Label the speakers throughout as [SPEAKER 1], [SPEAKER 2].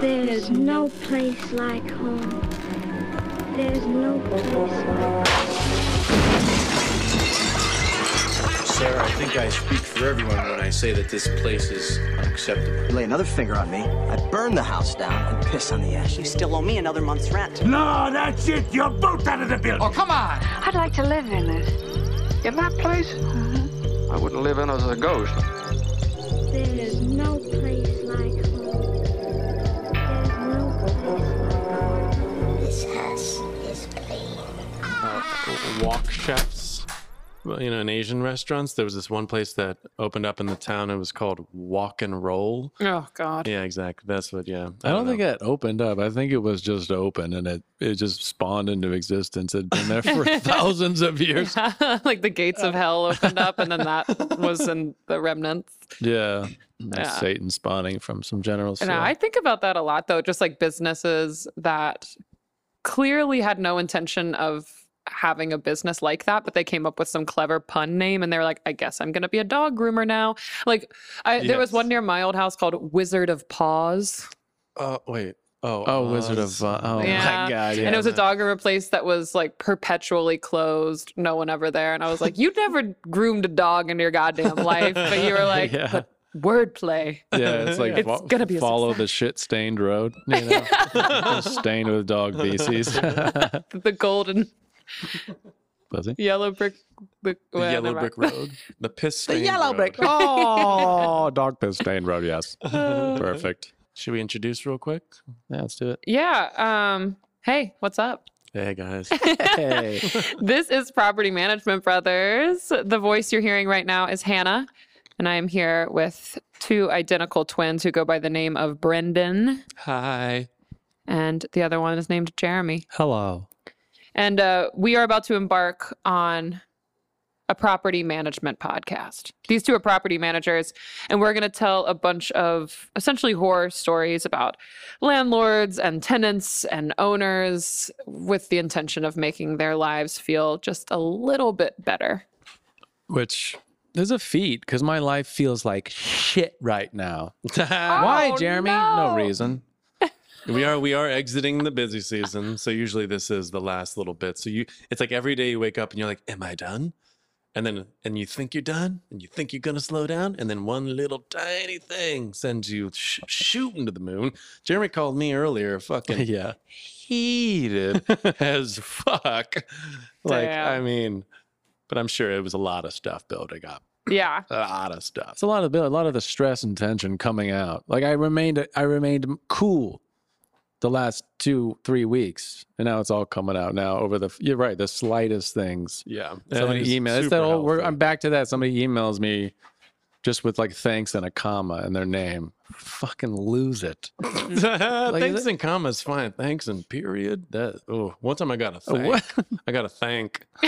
[SPEAKER 1] There's no place like home. There's no place like
[SPEAKER 2] Sarah, I think I speak for everyone when I say that this place is unacceptable.
[SPEAKER 3] You lay another finger on me, I burn the house down and piss on the ashes.
[SPEAKER 4] You still owe me another month's rent.
[SPEAKER 5] No, that's it. You're both out of the building.
[SPEAKER 6] Oh, come on.
[SPEAKER 7] I'd like to live in it. In that place? I wouldn't live in it as a ghost.
[SPEAKER 1] There's no place like home. There's no place like home.
[SPEAKER 8] This house is clean.
[SPEAKER 9] walk chefs well, you know in asian restaurants there was this one place that opened up in the town it was called walk and roll
[SPEAKER 10] Oh God.
[SPEAKER 9] yeah exactly that's what yeah
[SPEAKER 11] I don't think
[SPEAKER 9] know.
[SPEAKER 11] it opened up. I think it was just open and it, it just spawned into existence. It'd been there for thousands of years.
[SPEAKER 10] like the gates of hell opened up, and then that was in the remnants.
[SPEAKER 11] Yeah. That's
[SPEAKER 10] Yeah.
[SPEAKER 11] Satan spawning from some general
[SPEAKER 10] And I think about that a lot, though, just like businesses that clearly had no intention of having a business like that, but they came up with some clever pun name and they were like, I guess I'm going to be a dog groomer now. Like, I, there was one
[SPEAKER 9] Yes.
[SPEAKER 10] near my old house called Wizard of Paws.
[SPEAKER 9] oh wait oh
[SPEAKER 11] Oh, Wizard of
[SPEAKER 9] Oz.
[SPEAKER 11] Oz. Oh,
[SPEAKER 10] Yeah.
[SPEAKER 11] my God.
[SPEAKER 10] and
[SPEAKER 11] Yeah.
[SPEAKER 10] it was a dog groomer place that was like perpetually closed, no one ever there. And I was like, You never groomed a dog in your goddamn life. But you were like,
[SPEAKER 11] Yeah.
[SPEAKER 10] "But wordplay.
[SPEAKER 11] yeah, it's like
[SPEAKER 10] It's
[SPEAKER 11] fo-
[SPEAKER 10] gonna be a
[SPEAKER 11] follow the shit stained road, you know, Just stained with dog feces.
[SPEAKER 10] The golden
[SPEAKER 11] Was he?
[SPEAKER 10] yellow brick. The,
[SPEAKER 9] the
[SPEAKER 10] well,
[SPEAKER 9] yellow
[SPEAKER 10] never mind.
[SPEAKER 9] brick road the piss
[SPEAKER 4] The
[SPEAKER 9] stained
[SPEAKER 4] yellow
[SPEAKER 9] road.
[SPEAKER 4] brick.
[SPEAKER 11] Oh, dog piss stained road. Yes, perfect.
[SPEAKER 9] should we introduce real quick
[SPEAKER 11] Yeah, let's do it.
[SPEAKER 10] Yeah. Um, hey, what's up?
[SPEAKER 9] hey guys
[SPEAKER 11] Hey,
[SPEAKER 10] This is Property Management Brothers. The voice you're hearing right now is Hannah, and I am here with two identical twins who go by the name of Brendan,
[SPEAKER 9] hi
[SPEAKER 10] and the other one is named Jeremy.
[SPEAKER 9] hello
[SPEAKER 10] And uh, we are about to embark on a property management podcast. These two are property managers, and we're going to tell a bunch of essentially horror stories about landlords and tenants and owners with the intention of making their lives feel just a little bit better.
[SPEAKER 11] which is a feat because my life feels like shit right now. Why, Jeremy?
[SPEAKER 10] no.
[SPEAKER 11] reason.
[SPEAKER 9] we are we are exiting the busy season so usually this is the last little bit so you it's like every day you wake up and you're like am i done and then and you think you're done and you think you're gonna slow down and then one little tiny thing sends you sh- shooting to the moon jeremy called me earlier fucking
[SPEAKER 11] Yeah,
[SPEAKER 9] heated as fuck like i
[SPEAKER 10] Damn.
[SPEAKER 9] mean but i'm sure it was a lot of stuff building up
[SPEAKER 10] Yeah.
[SPEAKER 9] a lot of stuff
[SPEAKER 11] it's a lot of a lot of the stress and tension coming out. Like I remained, I remained cool the last two, three weeks, and now it's all coming out now over the. You're right, the slightest things.
[SPEAKER 9] yeah
[SPEAKER 11] Somebody email. It's that old. We're, I'm back to that. Somebody emails me just with like thanks and a comma in their name. Fucking lose it.
[SPEAKER 9] thanks
[SPEAKER 11] that-
[SPEAKER 9] and commas fine. Thanks and period. That oh, one time I got a
[SPEAKER 11] Oh,
[SPEAKER 9] thank. I got a thank.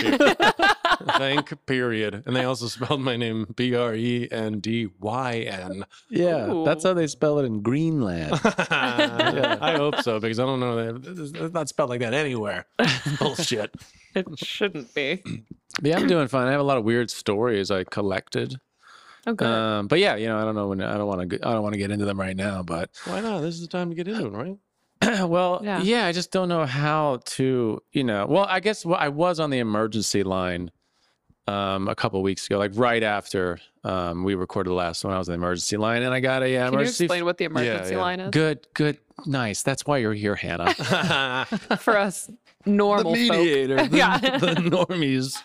[SPEAKER 9] thank period. And they also spelled my name B R E N D Y N.
[SPEAKER 11] Yeah, that's how they spell it in Greenland.
[SPEAKER 9] I hope so because I don't know that it's not spelled like that anywhere. Bullshit.
[SPEAKER 10] It shouldn't be.
[SPEAKER 11] but yeah, I'm doing fine. I have a lot of weird stories I collected.
[SPEAKER 10] Okay.
[SPEAKER 9] Uh,
[SPEAKER 11] Um, but yeah, you know, I don't know when I don't want to. I don't want to get into them right now. But
[SPEAKER 9] Why not? This is the time to get into it, right?
[SPEAKER 11] well,
[SPEAKER 10] Yeah.
[SPEAKER 11] yeah. I just don't know how to, you know. Well, I guess wh- I was on the emergency line um, a couple weeks ago, like right after um, we recorded the last one. I was on the emergency line, and I got a uh,
[SPEAKER 10] Can you
[SPEAKER 11] emergency. f-
[SPEAKER 10] explain what the emergency
[SPEAKER 9] yeah.
[SPEAKER 10] line is
[SPEAKER 11] good, good, nice. That's why you're here, Hannah.
[SPEAKER 10] for us normal folk?
[SPEAKER 11] the,
[SPEAKER 10] Yeah.
[SPEAKER 11] the normies.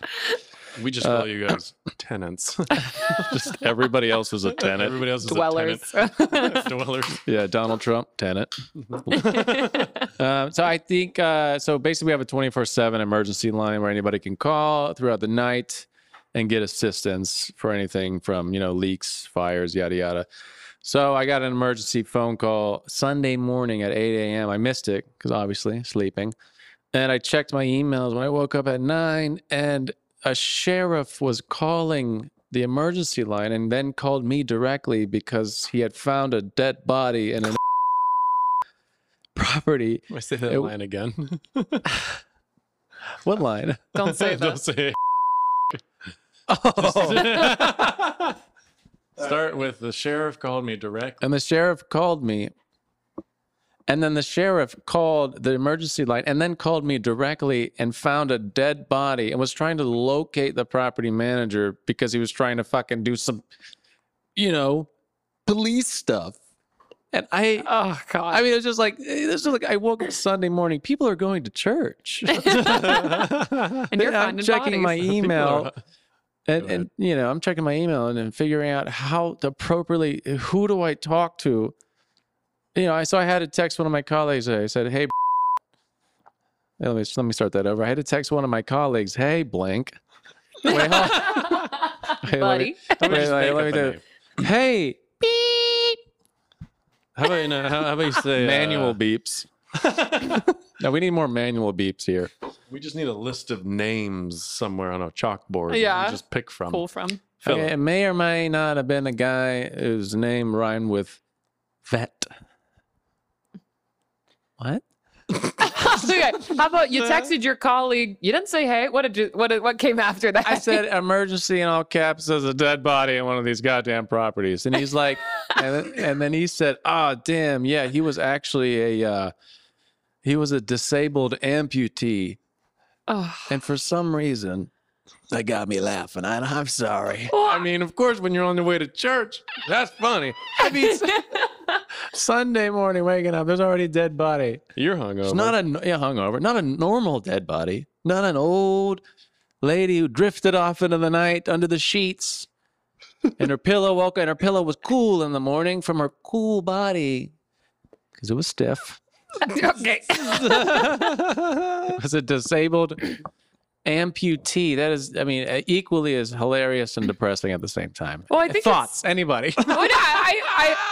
[SPEAKER 9] we just call you guys tenants.
[SPEAKER 11] Just everybody else is a tenant.
[SPEAKER 9] Everybody else is
[SPEAKER 10] Dwellers.
[SPEAKER 9] a tenant. Dwellers.
[SPEAKER 11] Yeah, Donald Trump, tenant. um, so I think uh, so. Basically, we have a twenty four seven emergency line where anybody can call throughout the night and get assistance for anything from you know leaks, fires, yada yada. So I got an emergency phone call Sunday morning at eight a.m. I missed it because obviously sleeping, and I checked my emails when I woke up at nine, and a sheriff was calling the emergency line and then called me directly because he had found a dead body in an property.
[SPEAKER 9] I say that
[SPEAKER 11] It-
[SPEAKER 9] line again.
[SPEAKER 11] What line?
[SPEAKER 10] Don't say
[SPEAKER 9] Don't
[SPEAKER 10] that.
[SPEAKER 9] say
[SPEAKER 11] Oh.
[SPEAKER 9] Start with the sheriff called me directly.
[SPEAKER 11] And the sheriff called me And then the sheriff called the emergency line and then called me directly and found a dead body and was trying to locate the property manager because he was trying to fucking do some, you know, police stuff. And I,
[SPEAKER 10] Oh God.
[SPEAKER 11] I mean, it's just like this is like I woke up Sunday morning. People are going to church.
[SPEAKER 10] and you're
[SPEAKER 11] I'm
[SPEAKER 10] finding
[SPEAKER 11] checking my
[SPEAKER 10] bodies.
[SPEAKER 11] email, and,
[SPEAKER 9] Go ahead.
[SPEAKER 11] and you know, I'm checking my email and, then figuring out how to appropriately who do I talk to. You know, I so I had to text one of my colleagues. I said, "Hey, let me let me start that over." I had to text one of my colleagues, "Hey, blank." Wait, hold on. Wait, let me-
[SPEAKER 10] Buddy.
[SPEAKER 11] wait,
[SPEAKER 9] Let me just
[SPEAKER 11] wait,
[SPEAKER 9] make
[SPEAKER 11] let
[SPEAKER 9] up
[SPEAKER 11] me
[SPEAKER 9] a
[SPEAKER 11] do
[SPEAKER 9] name.
[SPEAKER 11] it. Hey, beep.
[SPEAKER 9] How about you know, how, how about you say uh,
[SPEAKER 11] manual beeps. no, we need more manual beeps here.
[SPEAKER 9] We just need a list of names somewhere on a chalkboard. that we
[SPEAKER 10] Yeah.
[SPEAKER 9] just pick from.
[SPEAKER 10] Pull from.
[SPEAKER 9] Philip.
[SPEAKER 11] Okay, it may or may not have been a guy whose name rhymed with vet. What?
[SPEAKER 10] okay. How about you texted your colleague? You didn't say hey. What did you? What did, what came after that?
[SPEAKER 11] I said emergency in all caps as a dead body in one of these goddamn properties. And he's like, and, then, and then he said, oh, damn. Yeah, he was actually a, uh, he was a disabled amputee.
[SPEAKER 10] Oh.
[SPEAKER 11] And for some reason, that got me laughing. And I'm sorry. I mean, of course, when you're on your way to church, that's funny. I mean, Sunday morning, waking up, there's already a dead body.
[SPEAKER 9] You're hungover.
[SPEAKER 11] It's not a n- yeah, hungover, not a normal dead body, not an old lady who drifted off into the night under the sheets, and her pillow woke, and her pillow was cool in the morning from her cool body because it was stiff.
[SPEAKER 10] okay.
[SPEAKER 11] It was a disabled amputee. That is, I mean, uh, equally as hilarious and depressing at the same time.
[SPEAKER 10] Well, I think it's-
[SPEAKER 11] thoughts. Anybody?
[SPEAKER 10] Well, yeah, I,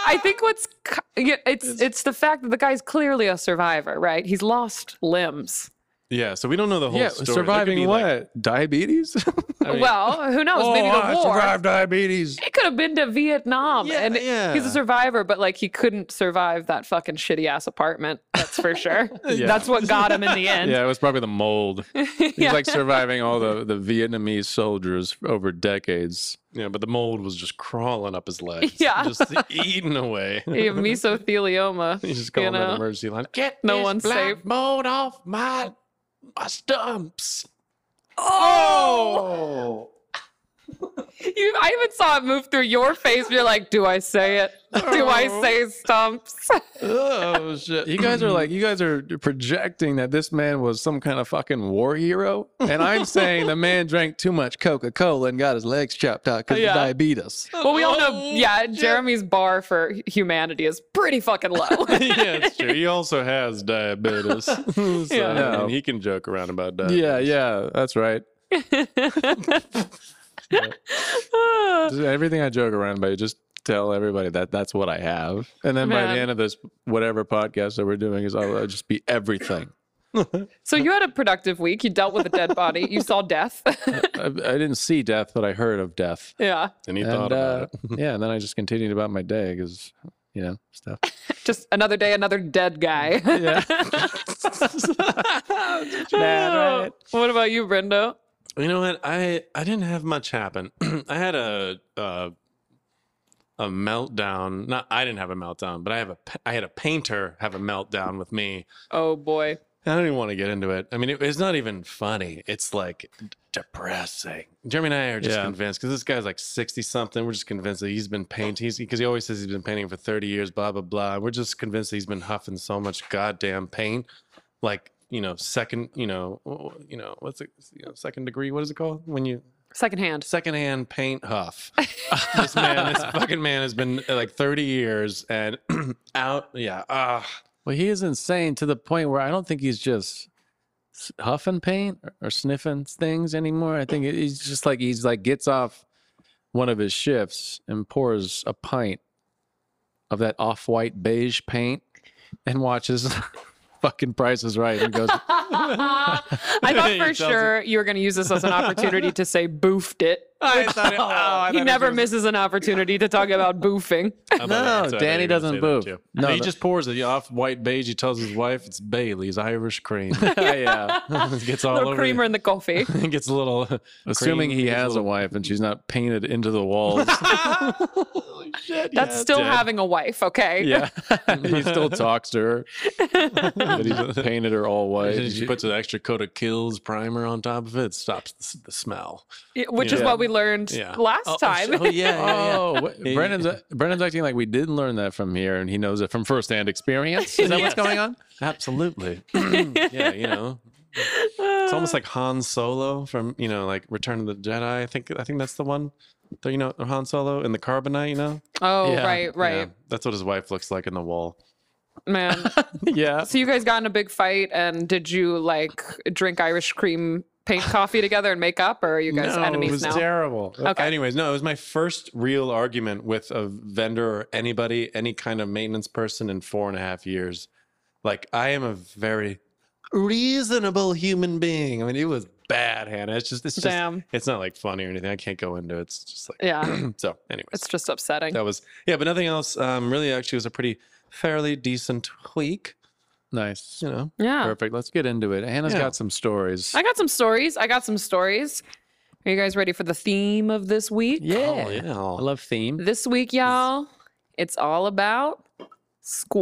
[SPEAKER 10] I, I think what's cu- yeah, it's it's the fact that the guy's clearly a survivor, right? He's lost limbs.
[SPEAKER 9] yeah, so we don't know the whole
[SPEAKER 11] yeah,
[SPEAKER 9] story. There could
[SPEAKER 11] surviving
[SPEAKER 9] be,
[SPEAKER 11] what?
[SPEAKER 9] like-
[SPEAKER 11] diabetes?
[SPEAKER 9] I mean,
[SPEAKER 10] well, who knows? Maybe the
[SPEAKER 11] Oh, I
[SPEAKER 10] war.
[SPEAKER 11] survived diabetes.
[SPEAKER 10] He could have been to Vietnam,
[SPEAKER 9] Yeah,
[SPEAKER 10] and he's
[SPEAKER 9] yeah.
[SPEAKER 10] a survivor, but like he couldn't survive that fucking shitty ass apartment. That's for sure.
[SPEAKER 11] Yeah.
[SPEAKER 10] That's what got him in the end.
[SPEAKER 11] Yeah, it was probably the mold. He's like surviving all the, the Vietnamese soldiers over decades.
[SPEAKER 9] yeah, but the mold was just crawling up his legs.
[SPEAKER 10] Yeah.
[SPEAKER 9] Just eating away.
[SPEAKER 10] You have mesothelioma.
[SPEAKER 9] He's just
[SPEAKER 10] you
[SPEAKER 9] calling
[SPEAKER 10] know?
[SPEAKER 9] an emergency line. Get
[SPEAKER 10] No
[SPEAKER 9] this
[SPEAKER 10] one's
[SPEAKER 9] black
[SPEAKER 10] safe.
[SPEAKER 9] mold off my, my stumps. Oh!
[SPEAKER 10] You, I even saw it move through your face. You're like, do I say it? Do I
[SPEAKER 11] Oh.
[SPEAKER 10] say stumps?
[SPEAKER 9] Oh, shit.
[SPEAKER 11] You guys are like, you guys are projecting that this man was some kind of fucking war hero. And I'm saying the man drank too much Coca Cola and got his legs chopped out because
[SPEAKER 10] Yeah.
[SPEAKER 11] of diabetes.
[SPEAKER 10] well, we all
[SPEAKER 11] Oh,
[SPEAKER 10] know, yeah, Jeremy's bar for humanity is pretty fucking low.
[SPEAKER 9] yeah, it's true. He also has diabetes. so,
[SPEAKER 11] Yeah.
[SPEAKER 9] And he can joke around about diabetes.
[SPEAKER 11] Oh. Yeah, yeah, that's right. Just Everything I joke around about, just tell everybody that that's what I have. And then by
[SPEAKER 10] Man.
[SPEAKER 11] the end of this, whatever podcast that we're doing is I'll, I'll just be everything.
[SPEAKER 10] so you had a productive week. You dealt with a dead body. You saw death.
[SPEAKER 11] I, I didn't see death, but I heard of death.
[SPEAKER 10] yeah.
[SPEAKER 9] And he
[SPEAKER 11] And,
[SPEAKER 9] thought about
[SPEAKER 11] uh,
[SPEAKER 9] it.
[SPEAKER 11] yeah, and then I just continued about my day because, you know, stuff.
[SPEAKER 10] Just another day, another dead guy.
[SPEAKER 11] Yeah. bad, right?
[SPEAKER 10] What about you, Brendo?
[SPEAKER 9] You know what? I I didn't have much happen. I had a uh, a meltdown. Not I didn't have a meltdown, but I have a pa- I had a painter have a meltdown with me.
[SPEAKER 10] Oh boy.
[SPEAKER 9] I don't even want to get into it. I mean, it, it's not even funny. It's like depressing. Jeremy and I are just
[SPEAKER 11] Yeah.
[SPEAKER 9] convinced because this guy's like sixty something. We're just convinced that he's been painting because he always says he's been painting for thirty years. Blah blah blah. We're just convinced that he's been huffing so much goddamn paint, like you know, second, you know, wh- wh- you know, what's it, you know, second degree? What is it called when you
[SPEAKER 10] Secondhand.
[SPEAKER 9] secondhand paint huff. this man, this fucking man has been uh, like 30 years and out. Yeah. Ah.
[SPEAKER 11] Well, he is insane to the point where I don't think he's just s- huffing paint or, or sniffing things anymore. I think it- he's just like he's like gets off one of his shifts and pours a pint of that off-white beige paint and watches fucking prices right and goes
[SPEAKER 10] Uh, I thought for sure you were going to use this as an opportunity to say boofed it.
[SPEAKER 9] I thought it, oh, I
[SPEAKER 10] he
[SPEAKER 9] thought it
[SPEAKER 10] never
[SPEAKER 9] was-
[SPEAKER 10] misses an opportunity to talk about boofing.
[SPEAKER 9] Oh, by the way,
[SPEAKER 11] No,
[SPEAKER 9] so I thought
[SPEAKER 11] Danny
[SPEAKER 9] you were gonna
[SPEAKER 11] doesn't
[SPEAKER 9] say that
[SPEAKER 11] boof.
[SPEAKER 9] too.
[SPEAKER 11] No,
[SPEAKER 9] he
[SPEAKER 11] the-
[SPEAKER 9] just pours it off white beige. He tells his wife it's Bailey's Irish cream.
[SPEAKER 11] yeah.
[SPEAKER 9] gets all
[SPEAKER 10] Little
[SPEAKER 9] over.
[SPEAKER 10] creamer in the coffee.
[SPEAKER 9] It gets a little.
[SPEAKER 11] Assuming
[SPEAKER 9] cream,
[SPEAKER 11] he
[SPEAKER 9] gets
[SPEAKER 11] has a
[SPEAKER 9] little-
[SPEAKER 11] wife and she's not painted into the walls.
[SPEAKER 10] That's still
[SPEAKER 9] dead.
[SPEAKER 10] having a wife, okay?
[SPEAKER 11] yeah. he still talks to her, but he's painted her all white.
[SPEAKER 9] And she puts an extra coat of Kills primer on top of it. it stops the, s- the smell.
[SPEAKER 10] Yeah, Which is
[SPEAKER 11] Yeah.
[SPEAKER 10] what we learned
[SPEAKER 9] Yeah.
[SPEAKER 10] last
[SPEAKER 9] Oh, oh,
[SPEAKER 10] time.
[SPEAKER 9] Oh, yeah. yeah, yeah.
[SPEAKER 11] Oh, what-
[SPEAKER 9] Yeah.
[SPEAKER 11] Brendan's Brendan's acting like we didn't learn that from here, and he knows it from firsthand experience. Is that what's going on?
[SPEAKER 9] Absolutely. yeah, you know. It's almost like Han Solo from, you know, like Return of the Jedi. I think I think that's the one. There, you know, Han Solo in the carbonite, you know?
[SPEAKER 10] Oh,
[SPEAKER 11] Yeah.
[SPEAKER 10] right,
[SPEAKER 9] Yeah,
[SPEAKER 10] right.
[SPEAKER 9] that's what his wife looks like in the wall.
[SPEAKER 10] Man.
[SPEAKER 11] yeah.
[SPEAKER 10] So you guys got in a big fight and did you like drink Irish cream paint coffee together and make up or are you guys
[SPEAKER 9] no,
[SPEAKER 10] enemies
[SPEAKER 9] it was
[SPEAKER 10] now?
[SPEAKER 9] terrible.
[SPEAKER 10] Okay.
[SPEAKER 9] Anyways, no, it was my first real argument with a vendor or anybody, any kind of maintenance person in four and a half years. Like, I am a very reasonable human being. I mean, it was bad, Hannah. It's just, it's just,
[SPEAKER 10] Damn.
[SPEAKER 9] it's not like funny or anything. I can't go into it. It's just like,
[SPEAKER 10] Yeah.
[SPEAKER 9] so, anyways,
[SPEAKER 10] It's just upsetting.
[SPEAKER 9] that was, yeah, but nothing else. Um, really, actually, was a pretty fairly decent week,
[SPEAKER 11] Nice.
[SPEAKER 9] you know.
[SPEAKER 10] Yeah.
[SPEAKER 11] Perfect. Let's get into it. Hannah's
[SPEAKER 9] Yeah.
[SPEAKER 11] got some stories.
[SPEAKER 10] I got some stories. I got some stories. Are you guys ready for the theme of this week?
[SPEAKER 11] yeah.
[SPEAKER 9] Oh, yeah.
[SPEAKER 11] I love theme.
[SPEAKER 10] This week, y'all, it's all about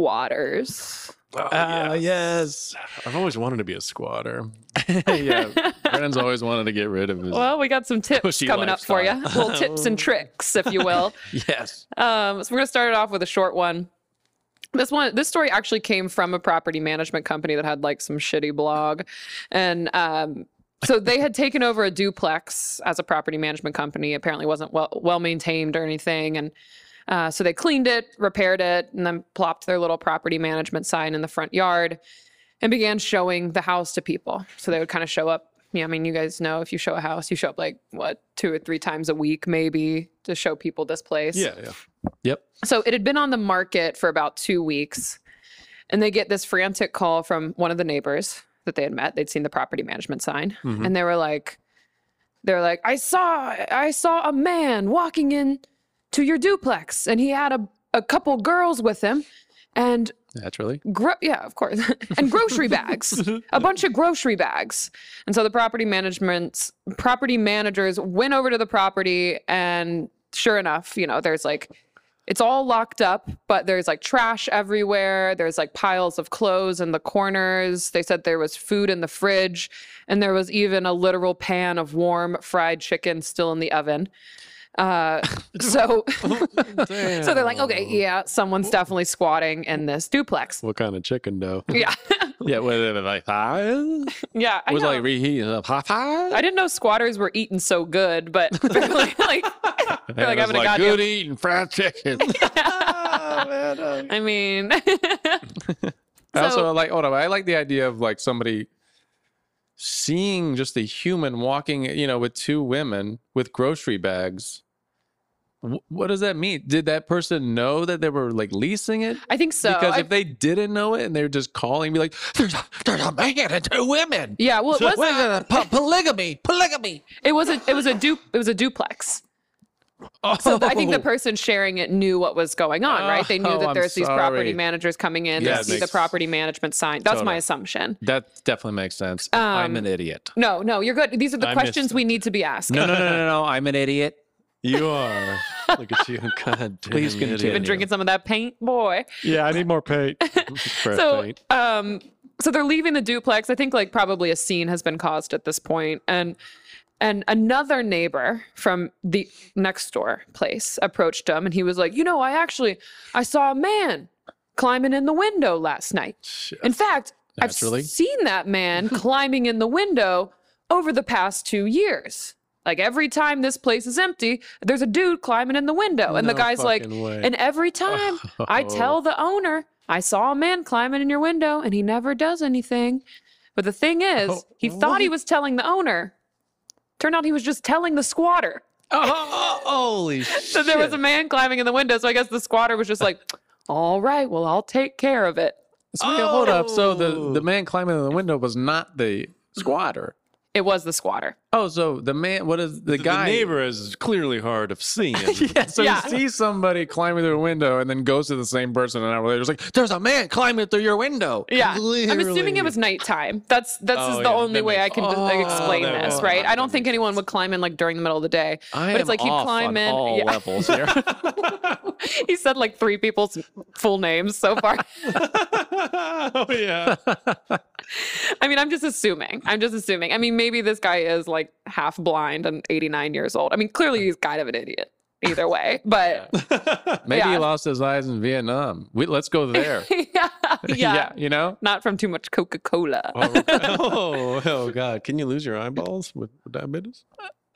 [SPEAKER 10] squatters.
[SPEAKER 11] Ah, yes.
[SPEAKER 9] I've always wanted to be a squatter.
[SPEAKER 11] yeah. Brennan's always wanted to get rid of his.
[SPEAKER 10] Well, we got some tips
[SPEAKER 11] Pushy
[SPEAKER 10] coming up for you. Little tips and tricks, if you will.
[SPEAKER 11] yes.
[SPEAKER 10] Um, so we're gonna start it off with a short one. This one, this story actually came from a property management company that had like some shitty blog, and um, so they had taken over a duplex as a property management company. Apparently, wasn't well well maintained or anything, and uh, so they cleaned it, repaired it, and then plopped their little property management sign in the front yard, and began showing the house to people. So they would kind of show up. Yeah, I mean, you guys know if you show a house, you show up like what two or three times a week, maybe, to show people this place.
[SPEAKER 9] Yeah, yeah.
[SPEAKER 11] Yep.
[SPEAKER 10] So it had been on the market for about two weeks, and they get this frantic call from one of the neighbors that they had met. They'd seen the property management sign,
[SPEAKER 9] Mhm.
[SPEAKER 10] and they were like, "They're like, I saw, I saw a man walking in to your duplex, and he had a a couple girls with him, and
[SPEAKER 11] Naturally.
[SPEAKER 10] gro- yeah, of course, and grocery bags, a bunch of grocery bags. And so the property management's property managers went over to the property, and sure enough, you know, there's like it's all locked up, but there's like trash everywhere. There's like piles of clothes in the corners. They said there was food in the fridge, and there was even a literal pan of warm fried chicken still in the oven. Uh, so, so they're like, okay, yeah, someone's definitely squatting in this duplex.
[SPEAKER 11] What kind of chicken dough?
[SPEAKER 10] Yeah,
[SPEAKER 11] yeah. What are they like? Thighs?
[SPEAKER 10] yeah. I
[SPEAKER 11] Was
[SPEAKER 10] know.
[SPEAKER 11] like reheat. uh, Hot thighs?
[SPEAKER 10] I didn't know squatters were eating so good, but they're like, like, they're like
[SPEAKER 11] Hannah's
[SPEAKER 10] having a
[SPEAKER 11] like,
[SPEAKER 10] goddamn.
[SPEAKER 11] good eating fried chicken.
[SPEAKER 10] I mean,
[SPEAKER 11] I also
[SPEAKER 10] So-
[SPEAKER 11] like hold on, I like the idea of like somebody seeing just a human walking, you know, with two women with grocery bags. Wh- What does that mean? Did that person know that they were like leasing it?
[SPEAKER 10] I think so.
[SPEAKER 11] because
[SPEAKER 10] I-
[SPEAKER 11] if they didn't know it and they were just calling, be like, "There's a, there's a man and two women.
[SPEAKER 10] yeah, well, it was uh,
[SPEAKER 11] What is it? Po- polygamy, polygamy."
[SPEAKER 10] It was a it was a du- it was a duplex. So th- I think the
[SPEAKER 11] Oh.
[SPEAKER 10] person sharing it knew what was going on, right? They knew
[SPEAKER 11] Oh,
[SPEAKER 10] that
[SPEAKER 11] I'm
[SPEAKER 10] there's these property
[SPEAKER 11] sorry.
[SPEAKER 10] managers coming in.
[SPEAKER 11] Yeah,
[SPEAKER 10] they
[SPEAKER 11] it
[SPEAKER 10] see the
[SPEAKER 11] makes-
[SPEAKER 10] property management sign. That's my
[SPEAKER 11] Totally.
[SPEAKER 10] assumption.
[SPEAKER 11] that definitely makes sense. I'm
[SPEAKER 10] Um,
[SPEAKER 11] an idiot.
[SPEAKER 10] No, no, you're good. These are the
[SPEAKER 9] I missed
[SPEAKER 10] questions we need to be asked.
[SPEAKER 11] No, no, no, no, no. I'm an idiot.
[SPEAKER 9] You are. Look at you. God damn.
[SPEAKER 11] Please
[SPEAKER 9] idiot.
[SPEAKER 11] continue.
[SPEAKER 10] Been drinking some of that paint, boy.
[SPEAKER 9] Yeah, I need more paint.
[SPEAKER 10] so um so they're leaving the duplex i think like probably a scene has been caused at this point and and another neighbor from the next door place approached him and he was like you know i actually i saw a man climbing in the window last night in fact
[SPEAKER 11] Naturally.
[SPEAKER 10] i've seen that man climbing in the window over the past two years like every time this place is empty there's a dude climbing in the window and the
[SPEAKER 9] No
[SPEAKER 10] guy's like
[SPEAKER 9] fucking way. Oh.
[SPEAKER 10] and every time I tell the owner, I saw a man climbing in your window and he never does anything. But the thing is,
[SPEAKER 9] Oh,
[SPEAKER 10] he thought he was telling the owner. Turned out he was just telling the squatter
[SPEAKER 9] holy
[SPEAKER 10] that there was a man climbing in the window. So I guess the squatter was just like, all right, well, I'll take care of it.
[SPEAKER 11] So wait, hold up. So the, the man climbing in the window was not the squatter.
[SPEAKER 10] It was the squatter.
[SPEAKER 11] Oh, so the man, what is the,
[SPEAKER 9] The,
[SPEAKER 11] guy?
[SPEAKER 9] neighbor is clearly hard of seeing.
[SPEAKER 11] Yeah, so
[SPEAKER 10] Yeah.
[SPEAKER 11] you see somebody climbing through a window and then goes to the same person an hour later. It's like, there's a man climbing through your window.
[SPEAKER 10] Yeah, I'm assuming
[SPEAKER 9] Clearly.
[SPEAKER 10] it was nighttime. That's that's
[SPEAKER 9] Oh,
[SPEAKER 10] is the
[SPEAKER 9] yeah,
[SPEAKER 10] only
[SPEAKER 9] that
[SPEAKER 10] way
[SPEAKER 9] makes-
[SPEAKER 10] I can just,
[SPEAKER 11] Oh,
[SPEAKER 10] like, explain
[SPEAKER 9] that
[SPEAKER 10] this,
[SPEAKER 9] makes-
[SPEAKER 10] right? I
[SPEAKER 9] that
[SPEAKER 10] don't think anyone would climb in like during the middle of the day.
[SPEAKER 11] I
[SPEAKER 10] but
[SPEAKER 11] am
[SPEAKER 10] it's like he'd
[SPEAKER 11] off
[SPEAKER 10] climb
[SPEAKER 11] on
[SPEAKER 10] in.
[SPEAKER 11] all
[SPEAKER 10] yeah.
[SPEAKER 11] levels here.
[SPEAKER 10] he said like three people's full names so far.
[SPEAKER 9] oh yeah.
[SPEAKER 10] I mean, I'm just assuming. I'm just assuming. I mean, maybe this guy is like half blind and 89 years old. I mean, clearly he's kind of an idiot either way. But
[SPEAKER 11] Maybe he
[SPEAKER 10] Yeah.
[SPEAKER 11] lost his eyes in Vietnam. We, let's go there.
[SPEAKER 10] yeah, yeah,
[SPEAKER 11] you know?
[SPEAKER 10] not from too much Coca Cola.
[SPEAKER 9] oh, oh God! Can you lose your eyeballs with diabetes?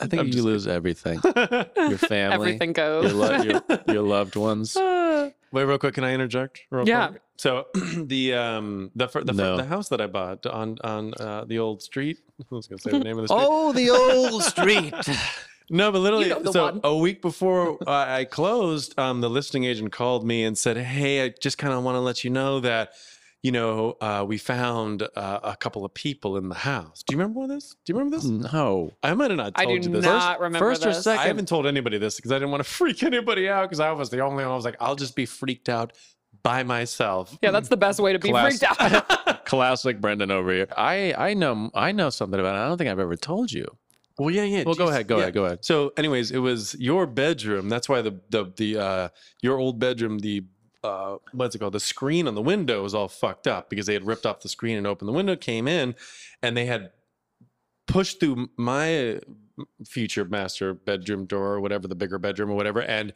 [SPEAKER 11] I think
[SPEAKER 9] I'm
[SPEAKER 11] you
[SPEAKER 9] just
[SPEAKER 11] lose everything. Your family,
[SPEAKER 10] Everything goes.
[SPEAKER 11] Your, lo- your, your loved ones.
[SPEAKER 10] Uh,
[SPEAKER 9] Wait, real quick. Can I interject? Real
[SPEAKER 10] Yeah.
[SPEAKER 9] Quick? So the um the fir- the, fir-
[SPEAKER 11] No.
[SPEAKER 9] the house that I bought on on uh, the old street. I was gonna say the name of the street.
[SPEAKER 3] Oh, the old street.
[SPEAKER 9] No, but literally,
[SPEAKER 10] know the
[SPEAKER 9] so
[SPEAKER 10] one.
[SPEAKER 9] a week before uh, I closed, um, the listing agent called me and said, "Hey, I just kind of want to let you know that, you know, uh, we found uh, a couple of people in the house. Do you remember this? Do you remember this?
[SPEAKER 11] No.
[SPEAKER 9] I might have not
[SPEAKER 10] I
[SPEAKER 9] told
[SPEAKER 10] do
[SPEAKER 9] you this.
[SPEAKER 10] not remember
[SPEAKER 11] first or
[SPEAKER 10] this.
[SPEAKER 11] sec-
[SPEAKER 9] Hmm. I haven't told anybody this because I didn't want to freak anybody out because I was the only one. I was like, I'll just be freaked out by myself.
[SPEAKER 10] yeah,
[SPEAKER 11] Hmm.
[SPEAKER 10] that's the best way to be
[SPEAKER 11] Class-
[SPEAKER 10] freaked out.
[SPEAKER 11] Classic Brendan over here. I, I know I know something about it. I don't think I've ever told you.
[SPEAKER 9] Well, yeah, yeah.
[SPEAKER 11] Well, go ahead, go
[SPEAKER 9] yeah.
[SPEAKER 11] ahead, go ahead.
[SPEAKER 9] So, anyways, it was your bedroom. That's why the the the uh, your old bedroom, the uh, what's it called? The screen on the window was all fucked up because they had ripped off the screen and opened the window, came in, and they had pushed through my future master bedroom door or whatever the bigger bedroom or whatever and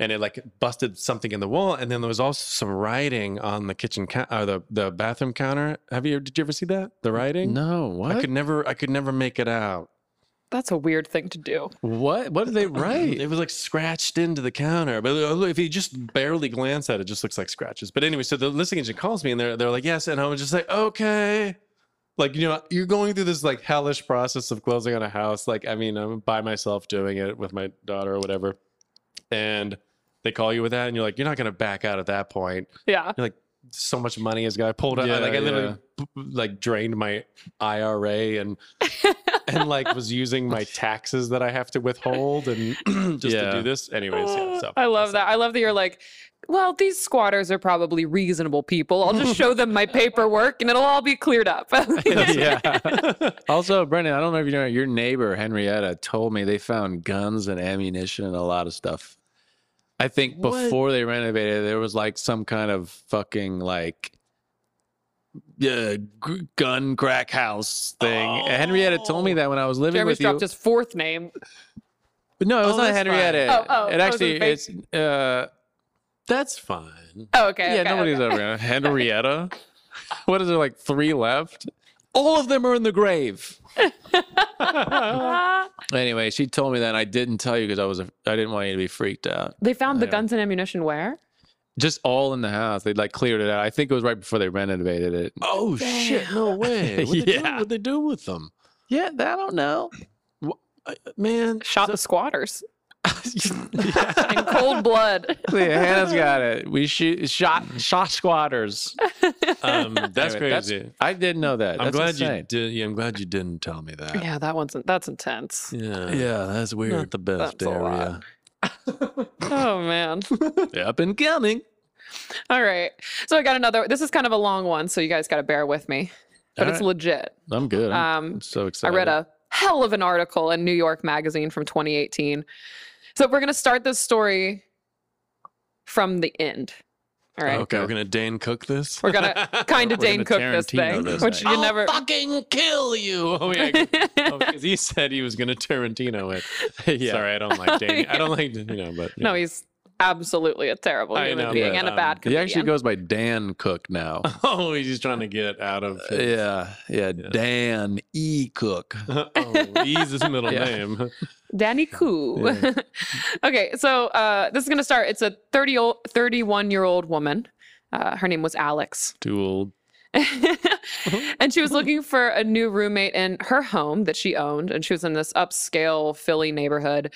[SPEAKER 9] and it like busted something in the wall and then there was also some writing on the kitchen cou- or the the bathroom counter have you did you ever see that the writing
[SPEAKER 11] No,
[SPEAKER 9] i
[SPEAKER 11] what?
[SPEAKER 9] could never i could never make it out
[SPEAKER 10] that's a weird thing to do.
[SPEAKER 11] what? What did they write?
[SPEAKER 9] It was like scratched into the counter. But uh, if you just barely glance at it, it just looks like scratches. But anyway, so the listing agent calls me and they're, they're like, yes. And I was just like, okay. Like, you know, you're going through this like hellish process of closing on a house. Like, I mean, I'm by myself doing it with my daughter or whatever. And they call you with that. And you're like, you're not going to back out at that point.
[SPEAKER 10] Yeah.
[SPEAKER 9] You're like, so much money has got I pulled out.
[SPEAKER 11] Yeah,
[SPEAKER 9] like, I
[SPEAKER 11] yeah.
[SPEAKER 9] literally p- p- like drained my IRA and and like was using my taxes that I have to withhold and just
[SPEAKER 11] Yeah.
[SPEAKER 9] to do this. Anyways, yeah, so
[SPEAKER 10] I love that. I love that you're like, well, these squatters are probably reasonable people. I'll just show them my paperwork and it'll all be cleared up.
[SPEAKER 11] yeah. also, Brendan, I don't know if you know your neighbor Henrietta told me they found guns and ammunition and a lot of stuff. I think
[SPEAKER 9] What?
[SPEAKER 11] before they renovated, there was like some kind of fucking like yeah, g- gun crack house thing. Henrietta told me that when I was living
[SPEAKER 10] Jeremy's
[SPEAKER 11] with you.
[SPEAKER 10] dropped his fourth name.
[SPEAKER 11] But no, it was
[SPEAKER 9] Oh,
[SPEAKER 11] not
[SPEAKER 9] that's fine.
[SPEAKER 11] Henrietta.
[SPEAKER 10] Oh, oh,
[SPEAKER 11] it
[SPEAKER 10] oh, so
[SPEAKER 11] actually
[SPEAKER 10] it's
[SPEAKER 11] it's uh
[SPEAKER 9] that's fine.
[SPEAKER 10] Oh, okay.
[SPEAKER 11] yeah,
[SPEAKER 10] okay,
[SPEAKER 11] nobody's
[SPEAKER 10] okay.
[SPEAKER 11] ever gonna Henrietta. what is there like three left? All of them are in the grave.
[SPEAKER 10] Ah.
[SPEAKER 11] Anyway, she told me that and I didn't tell you because I was a, I didn't want you to be freaked out.
[SPEAKER 10] They found the
[SPEAKER 11] Yeah.
[SPEAKER 10] guns and ammunition where?
[SPEAKER 11] Just all in the house. They like cleared it out. I think it was right before they renovated it.
[SPEAKER 9] Oh shit! No way. What they do?
[SPEAKER 11] Yeah.
[SPEAKER 9] What they do with them?
[SPEAKER 11] Yeah, I don't know.
[SPEAKER 9] I- Man,
[SPEAKER 10] Shot the squatters in cold blood.
[SPEAKER 11] Hannah's got it. We shoot shot shot squatters.
[SPEAKER 9] um, that's
[SPEAKER 11] Anyway,
[SPEAKER 9] crazy.
[SPEAKER 11] I didn't know that.
[SPEAKER 9] I'm
[SPEAKER 11] That's
[SPEAKER 9] glad you
[SPEAKER 11] insane.
[SPEAKER 9] did. Yeah, I'm glad you didn't tell me that.
[SPEAKER 10] Yeah, that one's that's intense.
[SPEAKER 9] Yeah, that's weird. Not the best
[SPEAKER 10] That's a lot.
[SPEAKER 9] area.
[SPEAKER 10] Oh man.
[SPEAKER 11] up and coming.
[SPEAKER 10] All right. So I got another this is kind of a long one, so you guys gotta bear with me. But
[SPEAKER 11] All
[SPEAKER 10] it's
[SPEAKER 11] right.
[SPEAKER 10] legit.
[SPEAKER 11] I'm good. I'm,
[SPEAKER 10] Um,
[SPEAKER 11] I'm so
[SPEAKER 10] I
[SPEAKER 11] excited.
[SPEAKER 10] read a hell of an article in New York Magazine from 2018. So we're going to start this story from the end. All right.
[SPEAKER 9] Okay, we're gonna Dane cook this.
[SPEAKER 10] We're going to kind of
[SPEAKER 11] We're
[SPEAKER 10] Dane
[SPEAKER 11] gonna
[SPEAKER 10] Cook this
[SPEAKER 11] Tarantino
[SPEAKER 10] thing,
[SPEAKER 11] this
[SPEAKER 10] which
[SPEAKER 11] thing.
[SPEAKER 10] you never.
[SPEAKER 9] Oh, fucking kill you. Oh yeah, oh, because he said he was gonna Tarantino it.
[SPEAKER 11] Yeah.
[SPEAKER 9] Sorry, I don't like Dane. I don't like you know, but
[SPEAKER 10] no, he's absolutely a terrible
[SPEAKER 9] I
[SPEAKER 10] human
[SPEAKER 9] know,
[SPEAKER 10] being
[SPEAKER 9] but,
[SPEAKER 10] and a
[SPEAKER 9] um,
[SPEAKER 10] bad
[SPEAKER 11] He
[SPEAKER 10] comedian.
[SPEAKER 11] actually goes by Dan Cook now.
[SPEAKER 9] oh, he's just trying to get out of. his-
[SPEAKER 11] yeah, yeah, Dan E. Cook.
[SPEAKER 9] oh, he's his middle
[SPEAKER 11] Yeah.
[SPEAKER 9] name.
[SPEAKER 10] Danny Koo.
[SPEAKER 11] Yeah.
[SPEAKER 10] okay, so uh, this is going to start. It's a 30 old, 31 year old woman. Uh, her name was Alex.
[SPEAKER 11] Too old.
[SPEAKER 10] and she was looking for a new roommate in her home that she owned. And she was in this upscale Philly neighborhood.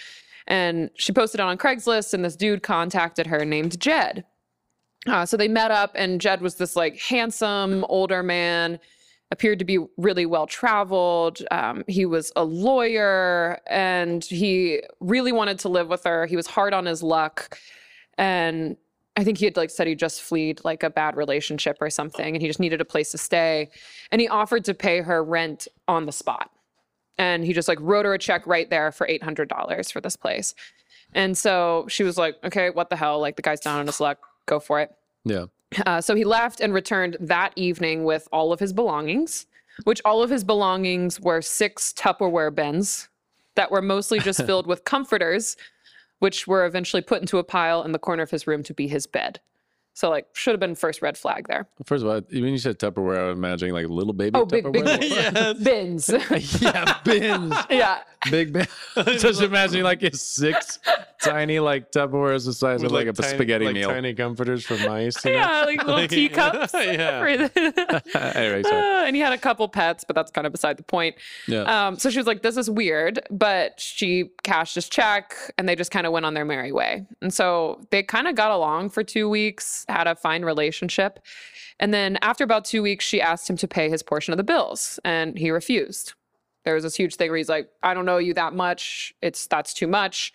[SPEAKER 10] And she posted it on Craigslist, and this dude contacted her named Jed. Uh, so they met up, and Jed was this like handsome older man, appeared to be really well traveled. Um, he was a lawyer and he really wanted to live with her. He was hard on his luck. And I think he had like said he just fleed like a bad relationship or something and he just needed a place to stay. And he offered to pay her rent on the spot. And he just like wrote her a check right there for $800 for this place. And so she was like, okay, what the hell? Like the guy's down on his luck. Go for it.
[SPEAKER 11] Yeah.
[SPEAKER 10] Uh, so he left and returned that evening with all of his belongings, which all of his belongings were six Tupperware bins that were mostly just filled with comforters, which were eventually put into a pile in the corner of his room to be his bed. So, like, should have been first red flag there.
[SPEAKER 11] First of all, when you said Tupperware, I was imagining like little baby
[SPEAKER 10] Oh, big,
[SPEAKER 11] Tupperware.
[SPEAKER 10] big
[SPEAKER 9] Yes.
[SPEAKER 10] bins.
[SPEAKER 11] yeah, bins.
[SPEAKER 10] yeah.
[SPEAKER 11] Big bin. Just imagine like it's six tiny like Tupperwares the size of like, a
[SPEAKER 9] tiny-
[SPEAKER 11] spaghetti
[SPEAKER 9] like
[SPEAKER 11] meal.
[SPEAKER 9] Tiny comforters for mice. you know?
[SPEAKER 10] Yeah. Like little teacups.
[SPEAKER 9] Yeah.
[SPEAKER 10] for-
[SPEAKER 11] anyway, sorry.
[SPEAKER 10] Uh, and he had a couple pets, but that's kind of beside the point.
[SPEAKER 11] Yeah.
[SPEAKER 10] Um, so she was like, this is weird, but she cashed his check and they just kind of went on their merry way. And so they kind of got along for two weeks, had a fine relationship. And then after about two weeks, she asked him to pay his portion of the bills and he refused. There was this huge thing where he's like, I don't know you that much. It's that's too much.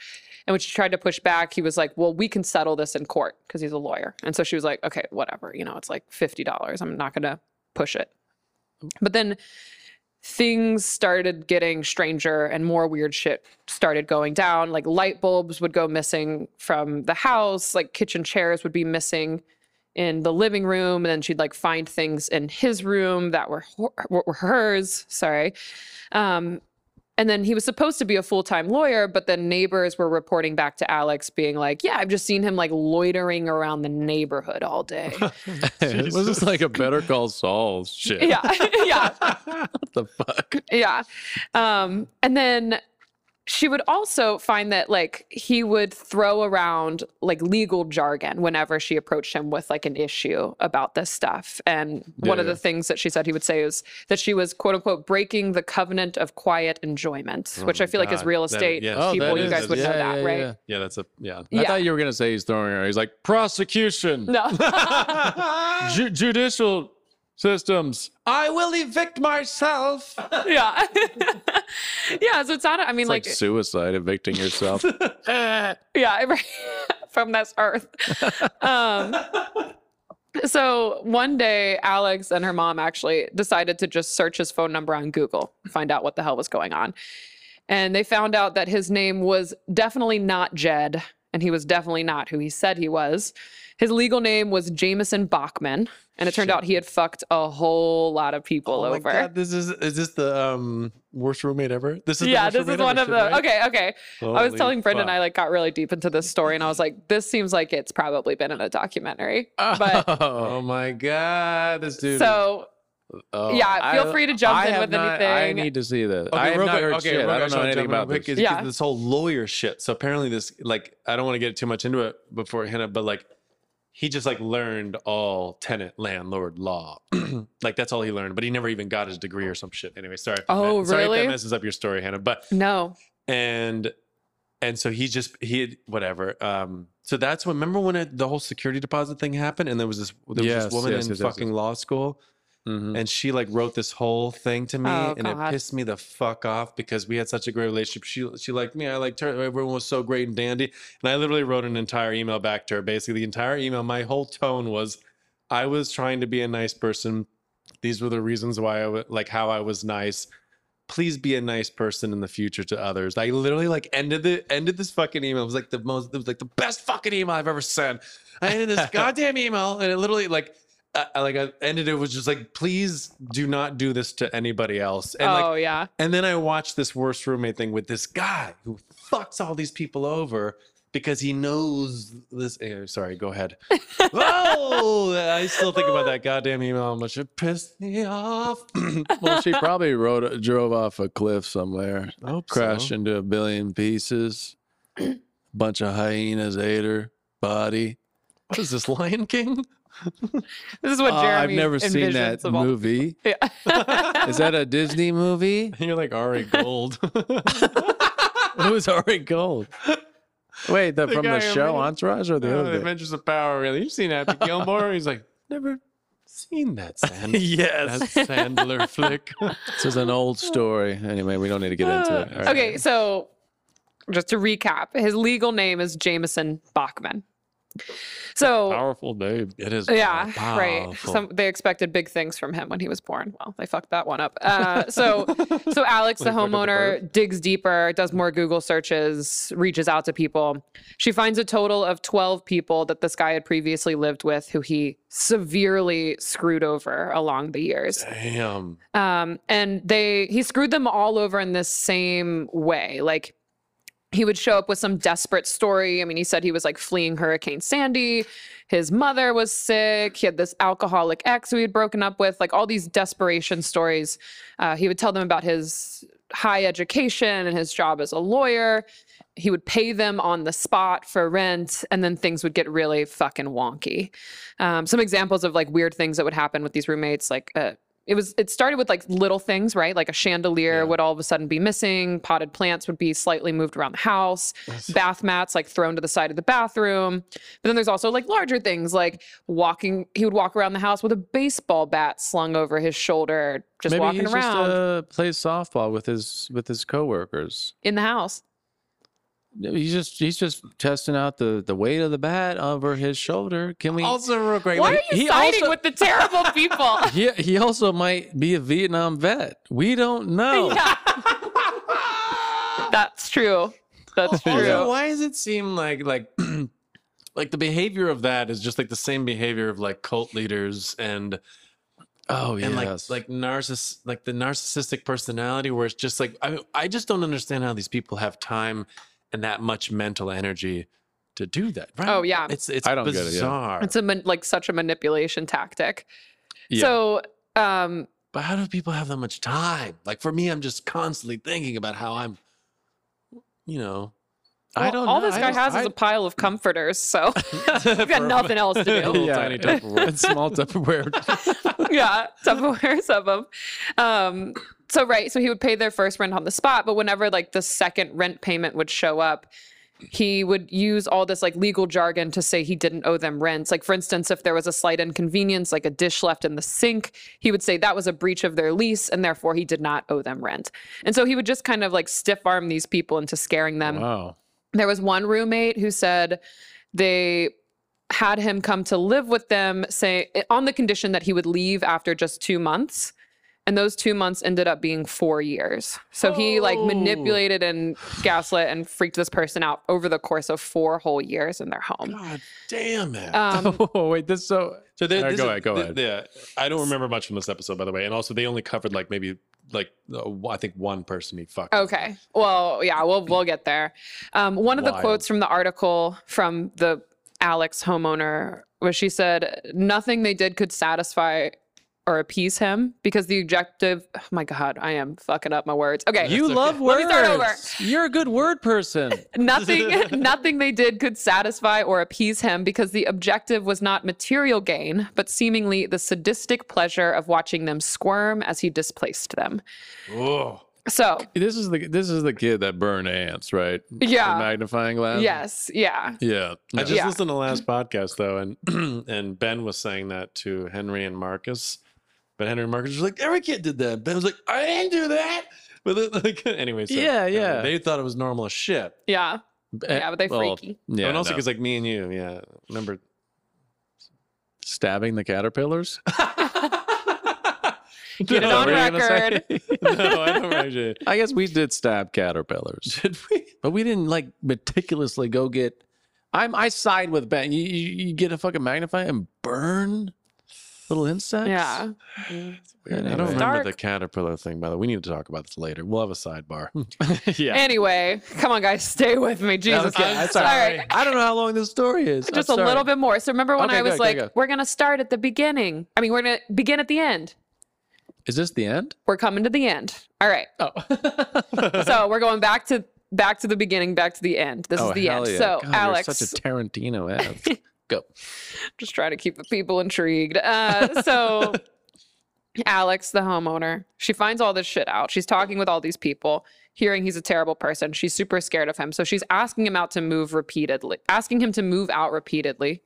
[SPEAKER 10] And when she tried to push back, he was like, Well, we can settle this in court because he's a lawyer. And so she was like, Okay, whatever. You know, it's like $50. I'm not going to push it. But then things started getting stranger and more weird shit started going down. Like light bulbs would go missing from the house, like kitchen chairs would be missing in the living room. And then she'd like find things in his room that were, hor- were hers. Sorry. Um, and then he was supposed to be a full time lawyer, but then neighbors were reporting back to Alex being like, Yeah, I've just seen him like loitering around the neighborhood all day.
[SPEAKER 11] was this like a Better Call Saul shit?
[SPEAKER 10] yeah. yeah.
[SPEAKER 11] What the fuck?
[SPEAKER 10] yeah. Um, and then she would also find that like he would throw around like legal jargon whenever she approached him with like an issue about this stuff. And one of
[SPEAKER 11] Yeah.
[SPEAKER 10] the things that she said he would say is that she was quote unquote breaking the covenant of quiet enjoyment, which I feel like is
[SPEAKER 9] God.
[SPEAKER 10] real
[SPEAKER 9] That-
[SPEAKER 10] estate
[SPEAKER 9] yes.
[SPEAKER 11] Oh,
[SPEAKER 10] people,
[SPEAKER 11] that
[SPEAKER 10] you
[SPEAKER 11] is-
[SPEAKER 10] guys would know
[SPEAKER 11] yeah,
[SPEAKER 10] that,
[SPEAKER 11] yeah,
[SPEAKER 10] right?
[SPEAKER 11] yeah.
[SPEAKER 9] Yeah, that's a yeah.
[SPEAKER 11] I
[SPEAKER 10] Yeah.
[SPEAKER 11] thought you were gonna say he's throwing her. He's like prosecution,
[SPEAKER 10] No.
[SPEAKER 11] ju- judicial systems. I will evict myself. It's
[SPEAKER 10] yeah. yeah. So it's not, I mean,
[SPEAKER 11] like,
[SPEAKER 10] like,
[SPEAKER 11] suicide, evicting yourself.
[SPEAKER 10] yeah right, from this earth um so one day alex and her mom actually decided to just search his phone number on google find out what the hell was going on and they found out that his name was definitely not jed and he was definitely not who he said he was his legal name was jameson bachman and it turned out he had fucked a whole lot of people
[SPEAKER 9] Oh my
[SPEAKER 10] over
[SPEAKER 9] God, this is is this the um worst roommate ever? This is the
[SPEAKER 10] yeah
[SPEAKER 9] worst
[SPEAKER 10] this is
[SPEAKER 9] roommate
[SPEAKER 10] one
[SPEAKER 9] ever
[SPEAKER 10] of the
[SPEAKER 9] shit, right?
[SPEAKER 10] okay okay I was
[SPEAKER 9] Holy
[SPEAKER 10] telling Brendan
[SPEAKER 9] fuck.
[SPEAKER 10] I like got really deep into this story and I was like, this seems like it's probably been in a documentary. But
[SPEAKER 9] Oh my god, this dude.
[SPEAKER 10] so
[SPEAKER 11] Oh,
[SPEAKER 10] yeah, feel
[SPEAKER 11] I-
[SPEAKER 10] free to jump
[SPEAKER 11] I
[SPEAKER 10] in
[SPEAKER 11] have
[SPEAKER 10] with
[SPEAKER 11] not- I
[SPEAKER 10] anything.
[SPEAKER 11] need to see this. I have
[SPEAKER 9] real
[SPEAKER 11] not
[SPEAKER 9] quick-
[SPEAKER 11] heard shit.
[SPEAKER 9] real quick,
[SPEAKER 11] I don't know
[SPEAKER 9] I'll jump
[SPEAKER 11] anything
[SPEAKER 9] in
[SPEAKER 11] about
[SPEAKER 9] real quick,
[SPEAKER 11] this.
[SPEAKER 9] is 'cause
[SPEAKER 10] Yeah.
[SPEAKER 9] this whole lawyer shit. So apparently, this like I don't want to get too much into it before Hannah, but like he just like learned all tenant landlord law. like that's all he learned, but he never even got his degree or some shit. Anyway, sorry. If that-
[SPEAKER 10] Oh,
[SPEAKER 9] sorry if
[SPEAKER 10] really?
[SPEAKER 9] that messes up your story, Hannah. But
[SPEAKER 10] no.
[SPEAKER 9] and and so he just he had whatever um so that's when remember when it, the whole security deposit thing happened and there was this there was
[SPEAKER 11] Yes,
[SPEAKER 9] this woman
[SPEAKER 11] yes,
[SPEAKER 9] in
[SPEAKER 11] yes, yes,
[SPEAKER 9] fucking law school
[SPEAKER 11] Mhm.
[SPEAKER 9] and she like wrote this whole thing to me
[SPEAKER 10] Mm-hmm. Oh,
[SPEAKER 9] and
[SPEAKER 10] God.
[SPEAKER 9] it pissed me the fuck off because we had such a great relationship she she liked me i liked her everyone was so great and dandy and i literally wrote an entire email back to her basically the entire email my whole tone was i was trying to be a nice person these were the reasons why I wa- like how I was nice. Please be a nice person in the future to others. I literally like ended the ended this fucking email. It was like the most. It was like the best fucking email I've ever sent. I ended this goddamn email, and it literally like. I, I, like I ended it was just like please do not do this to anybody else and like
[SPEAKER 10] oh yeah.
[SPEAKER 9] and then I watched this worst roommate thing with this guy who fucks all these people over because he knows this. eh, sorry, go ahead. oh, I still think about that goddamn email. How much it pissed me off.
[SPEAKER 11] well, she probably rode, drove off a cliff somewhere,
[SPEAKER 9] I hope so.
[SPEAKER 11] crashed into a billion pieces. Bunch of hyenas ate her body.
[SPEAKER 9] What is this, Lion King?
[SPEAKER 10] This is what
[SPEAKER 11] Uh,
[SPEAKER 10] Jeremy
[SPEAKER 11] I've never seen
[SPEAKER 10] envisions
[SPEAKER 11] that
[SPEAKER 10] of all-
[SPEAKER 11] movie.
[SPEAKER 10] Yeah.
[SPEAKER 11] Is that a Disney movie?
[SPEAKER 9] You're like Ari Gold.
[SPEAKER 11] Who's Ari Gold? Wait, the,
[SPEAKER 9] The
[SPEAKER 11] from
[SPEAKER 9] guy
[SPEAKER 11] the
[SPEAKER 9] who
[SPEAKER 11] show
[SPEAKER 9] made-
[SPEAKER 11] Entourage or the
[SPEAKER 9] No,
[SPEAKER 11] other?
[SPEAKER 9] Oh, the
[SPEAKER 11] bit?
[SPEAKER 9] Adventures of Power. Really, you've seen Happy Gilmore? He's like never seen that sand, that
[SPEAKER 11] yes.
[SPEAKER 9] Sandler flick.
[SPEAKER 11] This is an old story. Anyway, we don't need to get into it. All right.
[SPEAKER 10] Okay, so just to recap, his legal name is Jameson Bachman. So
[SPEAKER 11] Powerful name.
[SPEAKER 9] It is
[SPEAKER 10] yeah, right.
[SPEAKER 9] powerful.
[SPEAKER 10] Some they expected big things from him when he was born. Well, they fucked that one up. Uh, so so Alex, the
[SPEAKER 9] Like fucking the
[SPEAKER 10] homeowner, digs deeper, does more Google searches, reaches out to people. She finds a total of twelve people that this guy had previously lived with, who he severely screwed over along the years.
[SPEAKER 9] Damn.
[SPEAKER 10] Um, and they he screwed them all over in this same way. Like he would show up with some desperate story. I mean, he said he was like fleeing Hurricane Sandy. His mother was sick. He had this alcoholic ex who he had broken up with. Like all these desperation stories. Uh, he would tell them about his high education and his job as a lawyer. He would pay them on the spot for rent, and then things would get really fucking wonky. Um, some examples of like weird things that would happen with these roommates, like uh, it was it started with like little things right like a chandelier would all of a sudden be missing potted plants would be slightly moved around the house bath mats like thrown to the side of the bathroom but then there's also like larger things like walking he would walk around the house with a baseball bat slung over his shoulder just
[SPEAKER 11] Maybe
[SPEAKER 10] walking
[SPEAKER 11] he just
[SPEAKER 10] around
[SPEAKER 11] uh, plays softball with his with his coworkers.
[SPEAKER 10] in the house
[SPEAKER 11] He's just he's just testing out the the weight of the bat over his shoulder. Can we?
[SPEAKER 9] Also, real great.
[SPEAKER 10] why
[SPEAKER 9] like,
[SPEAKER 10] are you
[SPEAKER 11] he
[SPEAKER 10] siding
[SPEAKER 11] also-
[SPEAKER 10] with the terrible people
[SPEAKER 11] he, he also might be a Vietnam vet. We don't know.
[SPEAKER 10] that's true that's true
[SPEAKER 9] Also, why does it seem like like like the behavior of that is just like the same behavior of like cult leaders and
[SPEAKER 11] Oh yes.
[SPEAKER 9] and like like narciss like the narcissistic personality where it's just like I I just don't understand how these people have time and that much mental energy to do that. Right?
[SPEAKER 10] Oh, yeah.
[SPEAKER 9] it's it's
[SPEAKER 11] I don't get it, yeah.
[SPEAKER 9] bizarre.
[SPEAKER 10] it's a man- like such a manipulation tactic
[SPEAKER 11] Yeah.
[SPEAKER 10] so um
[SPEAKER 9] but how do people have that much time? Like for me, I'm just constantly thinking about how I'm, you know,
[SPEAKER 11] I
[SPEAKER 10] Well,
[SPEAKER 11] don't.
[SPEAKER 10] all
[SPEAKER 11] know.
[SPEAKER 10] this
[SPEAKER 11] I
[SPEAKER 10] guy
[SPEAKER 11] don't-
[SPEAKER 10] has
[SPEAKER 11] I-
[SPEAKER 10] is a pile of comforters, so we've got
[SPEAKER 9] For-
[SPEAKER 10] nothing else to do.
[SPEAKER 9] Little tiny Tupperware.
[SPEAKER 11] small Tupperware.
[SPEAKER 10] yeah, Tupperware, some of 'em. Um, so right, so he would pay their first rent on the spot, but whenever like the second rent payment would show up, he would use all this like legal jargon to say he didn't owe them rent. Like for instance, if there was a slight inconvenience, like a dish left in the sink, he would say that was a breach of their lease, and therefore he did not owe them rent. And so he would just kind of like stiff arm these people into scaring them.
[SPEAKER 11] wow.
[SPEAKER 10] There was one roommate who said they had him come to live with them, say on the condition that he would leave after just two months. And those two months ended up being four years. So he like
[SPEAKER 9] Oh.
[SPEAKER 10] manipulated and gaslit and freaked this person out over the course of four whole years in their home.
[SPEAKER 9] God damn it.
[SPEAKER 10] Um,
[SPEAKER 11] Oh wait, this so.
[SPEAKER 9] So there,
[SPEAKER 11] All right,
[SPEAKER 9] this
[SPEAKER 11] go
[SPEAKER 9] is-
[SPEAKER 11] ahead, go ahead.
[SPEAKER 9] Yeah, I don't remember much from this episode, by the way. And also, they only covered like maybe like uh, I think one person he fucked.
[SPEAKER 10] Okay. Well, yeah, we'll we'll get there. Um, one of the
[SPEAKER 9] Wild.
[SPEAKER 10] quotes from the article from the Alex homeowner was she said, "Nothing they did could satisfy or appease him because the objective." Oh my God, I am fucking up my words. Okay,
[SPEAKER 11] You love
[SPEAKER 10] Let
[SPEAKER 11] words.
[SPEAKER 10] me start over.
[SPEAKER 11] You're a good word person.
[SPEAKER 10] nothing nothing they did could satisfy or appease him because the objective was not material gain but seemingly the sadistic pleasure of watching them squirm as he displaced them
[SPEAKER 9] Oh,
[SPEAKER 10] so
[SPEAKER 11] this is the this is the kid that burned ants, right?
[SPEAKER 10] Yeah.
[SPEAKER 11] The magnifying glass.
[SPEAKER 10] yes yeah
[SPEAKER 11] Yeah.
[SPEAKER 9] I just
[SPEAKER 10] Yeah.
[SPEAKER 9] listened to the last podcast though, and and Ben was saying that to Henry and Marcus, but Henry and Marcus was like, "Every kid did that." Ben was like, "I didn't do that." But then, like, anyway, so,
[SPEAKER 11] Yeah, yeah.
[SPEAKER 9] They thought it was normal as shit.
[SPEAKER 10] yeah
[SPEAKER 11] Eh,
[SPEAKER 10] Yeah, but they
[SPEAKER 11] well,
[SPEAKER 10] freaky.
[SPEAKER 11] Yeah.
[SPEAKER 9] and also
[SPEAKER 11] no.
[SPEAKER 9] because like me and you, yeah, remember?
[SPEAKER 11] stabbing the caterpillars.
[SPEAKER 10] Get it on
[SPEAKER 11] Were you gonna say-
[SPEAKER 10] record.
[SPEAKER 9] no, I don't actually.
[SPEAKER 11] I guess we did stab caterpillars.
[SPEAKER 9] Did we?
[SPEAKER 11] But we didn't like meticulously go get. I'm I side with Ben. You, you, you get a fucking magnifying and burn little insects.
[SPEAKER 10] Yeah.
[SPEAKER 9] I don't
[SPEAKER 11] Anyway.
[SPEAKER 9] remember
[SPEAKER 10] Dark.
[SPEAKER 9] the caterpillar thing, by the way. We need to talk about this later. We'll have a sidebar.
[SPEAKER 11] yeah.
[SPEAKER 10] Anyway, come on, guys, stay with me. Jesus,
[SPEAKER 11] Okay, that's all
[SPEAKER 10] All
[SPEAKER 11] right.
[SPEAKER 10] right.
[SPEAKER 11] I don't know how long this story is. I'm
[SPEAKER 10] just a little
[SPEAKER 11] sorry.
[SPEAKER 10] bit more. So remember when
[SPEAKER 11] Okay,
[SPEAKER 10] I was
[SPEAKER 11] good, good,
[SPEAKER 10] like,
[SPEAKER 11] good.
[SPEAKER 10] "We're gonna start at the beginning." I mean, we're gonna begin at the end.
[SPEAKER 11] Is this the end?
[SPEAKER 10] We're coming to the end. All right.
[SPEAKER 11] Oh.
[SPEAKER 10] so we're going back to back to the beginning, back to the end. This
[SPEAKER 11] oh,
[SPEAKER 10] is the
[SPEAKER 11] hell
[SPEAKER 10] end.
[SPEAKER 11] yeah.
[SPEAKER 10] So
[SPEAKER 11] God, you're
[SPEAKER 10] Alex,
[SPEAKER 11] such a Tarantino ass. go.
[SPEAKER 10] just trying to keep the people intrigued. Uh, so Alex, the homeowner, she finds all this shit out. She's talking with all these people, hearing he's a terrible person. She's super scared of him. So she's asking him out to move repeatedly, asking him to move out repeatedly.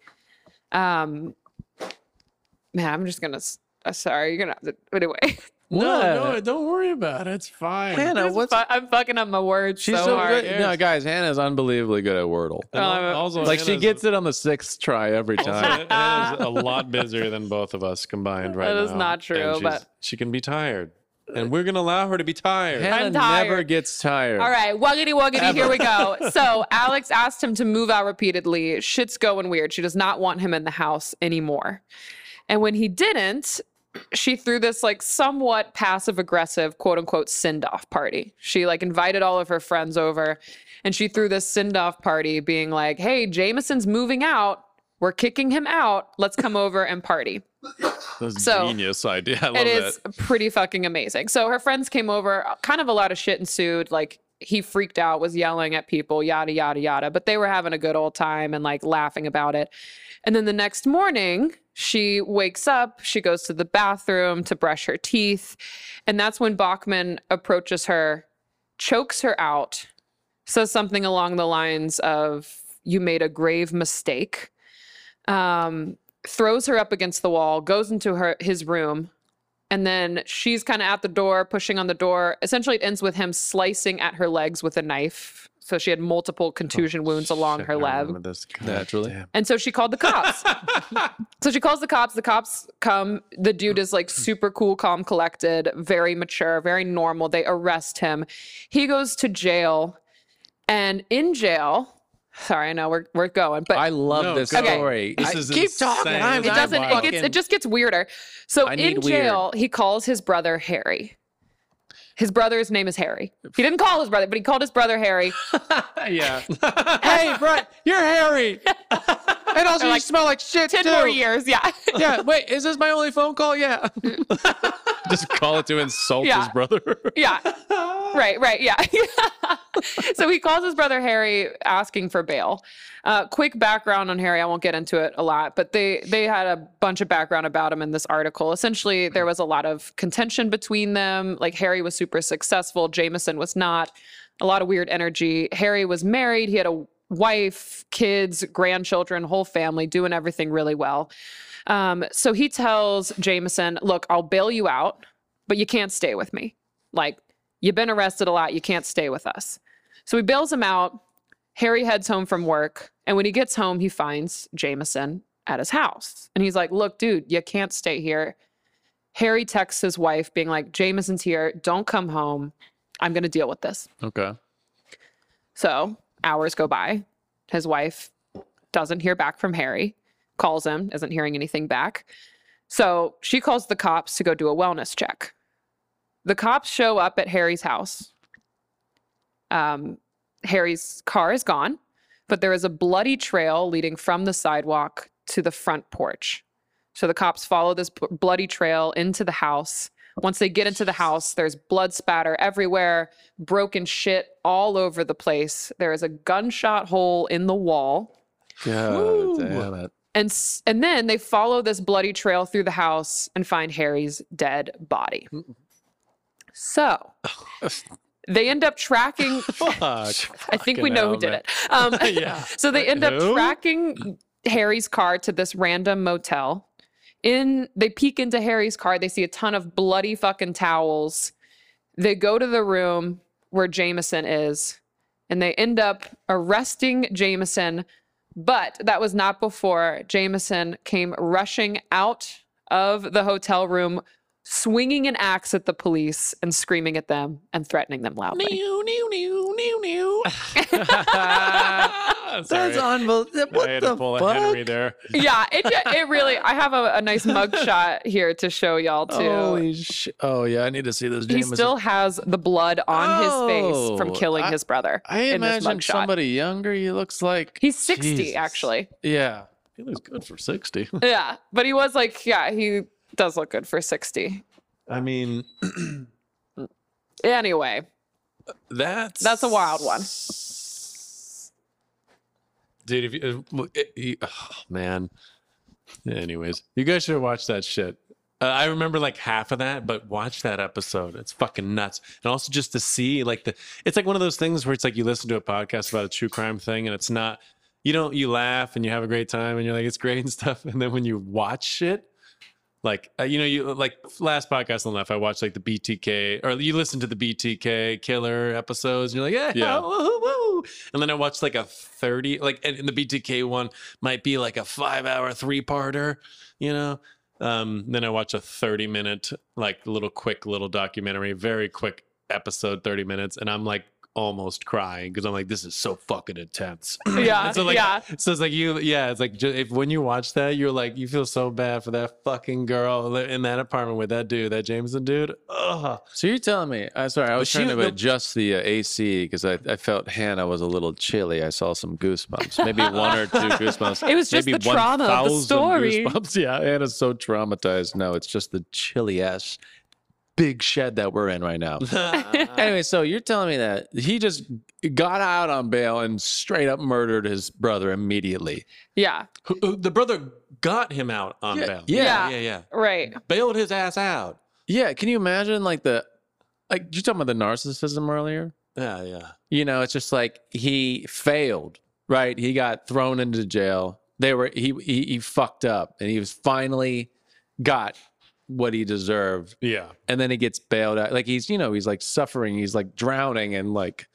[SPEAKER 10] Um, man, I'm just gonna. s- Uh, sorry, you're gonna. Have to, anyway,
[SPEAKER 11] What?
[SPEAKER 9] No, no, don't worry about it. It's fine.
[SPEAKER 11] Hannah, what's
[SPEAKER 10] Fu- I'm fucking up my words
[SPEAKER 11] she's
[SPEAKER 10] so,
[SPEAKER 11] so,
[SPEAKER 10] hard.
[SPEAKER 11] good? No, guys, Hannah's unbelievably good at Wordle.
[SPEAKER 9] And al-
[SPEAKER 10] Um,
[SPEAKER 9] also,
[SPEAKER 11] like she
[SPEAKER 9] Hannah's-
[SPEAKER 11] gets it on the sixth try
[SPEAKER 10] Oh,
[SPEAKER 11] every
[SPEAKER 9] also,
[SPEAKER 11] time.
[SPEAKER 9] Hannah's a lot busier than both of us combined right now.
[SPEAKER 10] That is not true,
[SPEAKER 9] and she's-
[SPEAKER 10] but-
[SPEAKER 9] she can be tired, and we're gonna allow her to be tired.
[SPEAKER 11] Hannah never
[SPEAKER 10] tired.
[SPEAKER 11] gets tired.
[SPEAKER 10] All right, wuggity wuggity, here we go. So Alex asked him to move out repeatedly. Shit's going weird. She does not want him in the house anymore. And when he didn't, she threw this like somewhat passive aggressive quote unquote send off party. She like invited all of her friends over and she threw this send off party being like, hey, Jameson's moving out. We're kicking him out. Let's come over and party.
[SPEAKER 11] That's
[SPEAKER 10] So,
[SPEAKER 11] genius idea. I love
[SPEAKER 10] It is pretty fucking amazing. So her friends came over, kind of a lot of shit ensued. Like he freaked out, was yelling at people, yada, yada, yada. But they were having a good old time and like laughing about it. And then the next morning, she wakes up, she goes to the bathroom to brush her teeth. And that's when Bachman approaches her, chokes her out, says something along the lines of, You made a grave mistake. Um, throws her up against the wall, goes into her his room, and then she's kind of at the door, pushing on the door. Essentially, it ends with him slicing at her legs with a knife. So she had multiple contusion wounds along
[SPEAKER 9] Shit,
[SPEAKER 10] her
[SPEAKER 9] I
[SPEAKER 10] leg.
[SPEAKER 9] remember this. God
[SPEAKER 11] Naturally.
[SPEAKER 9] damn.
[SPEAKER 10] And so she called the cops. so she calls the cops. The cops come. The dude is like super cool, calm, collected, very mature, very normal. They arrest him. He goes to jail. And in jail, sorry, I know we're, we're going, but
[SPEAKER 11] I love
[SPEAKER 9] No,
[SPEAKER 11] this
[SPEAKER 9] go.
[SPEAKER 10] Okay.
[SPEAKER 11] story.
[SPEAKER 9] This
[SPEAKER 11] I
[SPEAKER 9] is
[SPEAKER 11] keep talking.
[SPEAKER 9] insane.
[SPEAKER 11] I'm
[SPEAKER 10] it doesn't, it, gets, it just gets weirder. So
[SPEAKER 11] I
[SPEAKER 10] in
[SPEAKER 11] need weird.
[SPEAKER 10] jail, he calls his brother Harry. His brother's name is Harry. He didn't call his brother, but he called his brother Harry.
[SPEAKER 11] yeah. hey, bro, you're hairy. and also,
[SPEAKER 10] Or
[SPEAKER 11] you
[SPEAKER 10] like,
[SPEAKER 11] smell like shit.
[SPEAKER 10] 10
[SPEAKER 11] too.
[SPEAKER 10] more years. Yeah.
[SPEAKER 11] Yeah. Wait, is this my only phone call? Yeah. just call it to insult
[SPEAKER 10] Yeah.
[SPEAKER 11] his brother.
[SPEAKER 10] yeah. Right, right, yeah. so he calls his brother Harry asking for bail. Uh, quick background on Harry, I won't get into it a lot, but they they had a bunch of background about him in this article. Essentially, there was a lot of contention between them. Like Harry was super successful, Jameson was not. A lot of weird energy. Harry was married, he had a wife, kids, grandchildren, whole family, doing everything really well. Um, so he tells Jameson, "Look, I'll bail you out, but you can't stay with me." Like, you've been arrested a lot. You can't stay with us. So he bails him out. Harry heads home from work. And when he gets home, he finds Jameson at his house. And he's like, Look, dude, you can't stay here. Harry texts his wife, being like, Jameson's here. Don't come home. I'm going to deal with this.
[SPEAKER 11] Okay.
[SPEAKER 10] So hours go by. His wife doesn't hear back from Harry, calls him, isn't hearing anything back. So she calls the cops to go do a wellness check. The cops show up at Harry's house. Um, Harry's car is gone, but there is a bloody trail leading from the sidewalk to the front porch. So the cops follow this b- bloody trail into the house. Once they get into the house, there's blood spatter everywhere, broken shit all over the place. There is a gunshot hole in the wall.
[SPEAKER 11] God damn it.
[SPEAKER 10] And s- and then they follow this bloody trail through the house and find Harry's dead body. So they end up tracking. I think we
[SPEAKER 11] Fucking
[SPEAKER 10] know
[SPEAKER 11] hell,
[SPEAKER 10] who did
[SPEAKER 11] man.
[SPEAKER 10] it. Um,
[SPEAKER 11] Yeah.
[SPEAKER 10] So they end up
[SPEAKER 11] Who?
[SPEAKER 10] tracking Harry's car to this random motel. In they peek into Harry's car, they see a ton of bloody fucking towels. They go to the room where Jameson is, and they end up arresting Jameson. But that was not before Jameson came rushing out of the hotel room, swinging an axe at the police and screaming at them and threatening them loudly.
[SPEAKER 11] That's unbelievable.
[SPEAKER 9] I had to pull a Henry there.
[SPEAKER 10] yeah, it ju- it really. I have a, a nice mugshot here to show y'all too.
[SPEAKER 11] Holy sh- Oh, yeah. I need to see this.
[SPEAKER 10] he
[SPEAKER 11] Jameson.
[SPEAKER 10] still has the blood on his face from
[SPEAKER 11] Oh,
[SPEAKER 10] killing
[SPEAKER 11] I-
[SPEAKER 10] his brother.
[SPEAKER 11] I
[SPEAKER 10] in this
[SPEAKER 11] imagine
[SPEAKER 10] mugshot.
[SPEAKER 11] somebody younger. He looks like.
[SPEAKER 10] He's sixty,
[SPEAKER 11] Jesus.
[SPEAKER 10] actually.
[SPEAKER 11] Yeah.
[SPEAKER 9] He looks good for sixty.
[SPEAKER 10] Yeah, but he was like, yeah, he does look good for sixty.
[SPEAKER 9] I mean,
[SPEAKER 10] Anyway,
[SPEAKER 9] that's
[SPEAKER 10] that's a wild one.
[SPEAKER 9] dude. If you, uh, it- you- oh, man. Anyways, you guys should watch that shit. Uh, I remember like half of that, but watch that episode. It's fucking nuts. And also just to see like the, it's like one of those things where it's like you listen to a podcast about a true crime thing, and it's not. You know, you laugh and you have a great time, and you're like, it's great and stuff. And then when you watch shit, like uh, you know you like last podcast on left i watched like the btk or you listen to the btk killer episodes and you're like yeah,
[SPEAKER 11] Yeah.
[SPEAKER 9] woo, woo. and then i watched like a 30 like and, and the btk one might be like a five hour three parter you know um then i watch a 30 minute like little quick little documentary very quick episode 30 minutes and i'm like almost crying because i'm like this is so fucking intense
[SPEAKER 10] Yeah,
[SPEAKER 9] so like
[SPEAKER 10] yeah.
[SPEAKER 9] so it's like you, yeah, it's like ju- if when you watch that, you're like you feel so bad for that fucking girl li- in that apartment with that dude, that Jameson dude. Ugh.
[SPEAKER 11] So you're telling me? Uh, sorry, I was
[SPEAKER 9] she-
[SPEAKER 11] trying to
[SPEAKER 9] the-
[SPEAKER 11] adjust the uh, AC because I, I felt Hannah was a little chilly. I saw some goosebumps, maybe one or two goosebumps.
[SPEAKER 10] It was just
[SPEAKER 11] maybe
[SPEAKER 10] the trauma of the
[SPEAKER 11] 1,000
[SPEAKER 10] story.
[SPEAKER 11] Goosebumps. Yeah, Hannah's so traumatized. No, it's just the chilly ass big shed that we're in right now. anyway, so you're telling me that he just got out on bail and straight up murdered his brother immediately.
[SPEAKER 10] Yeah,
[SPEAKER 9] Who- who- the brother got him out on
[SPEAKER 11] Yeah,
[SPEAKER 9] bail.
[SPEAKER 11] yeah.
[SPEAKER 9] yeah, yeah.
[SPEAKER 10] right.
[SPEAKER 9] Bailed his ass out.
[SPEAKER 11] Yeah, can you imagine like the like you talking about the narcissism earlier?
[SPEAKER 9] Yeah, yeah.
[SPEAKER 11] you know it's just like he failed right he got thrown into jail they were he he, he fucked up and he was finally got what he deserved
[SPEAKER 9] Yeah.
[SPEAKER 11] and then he gets bailed out like he's you know he's like suffering he's like drowning in like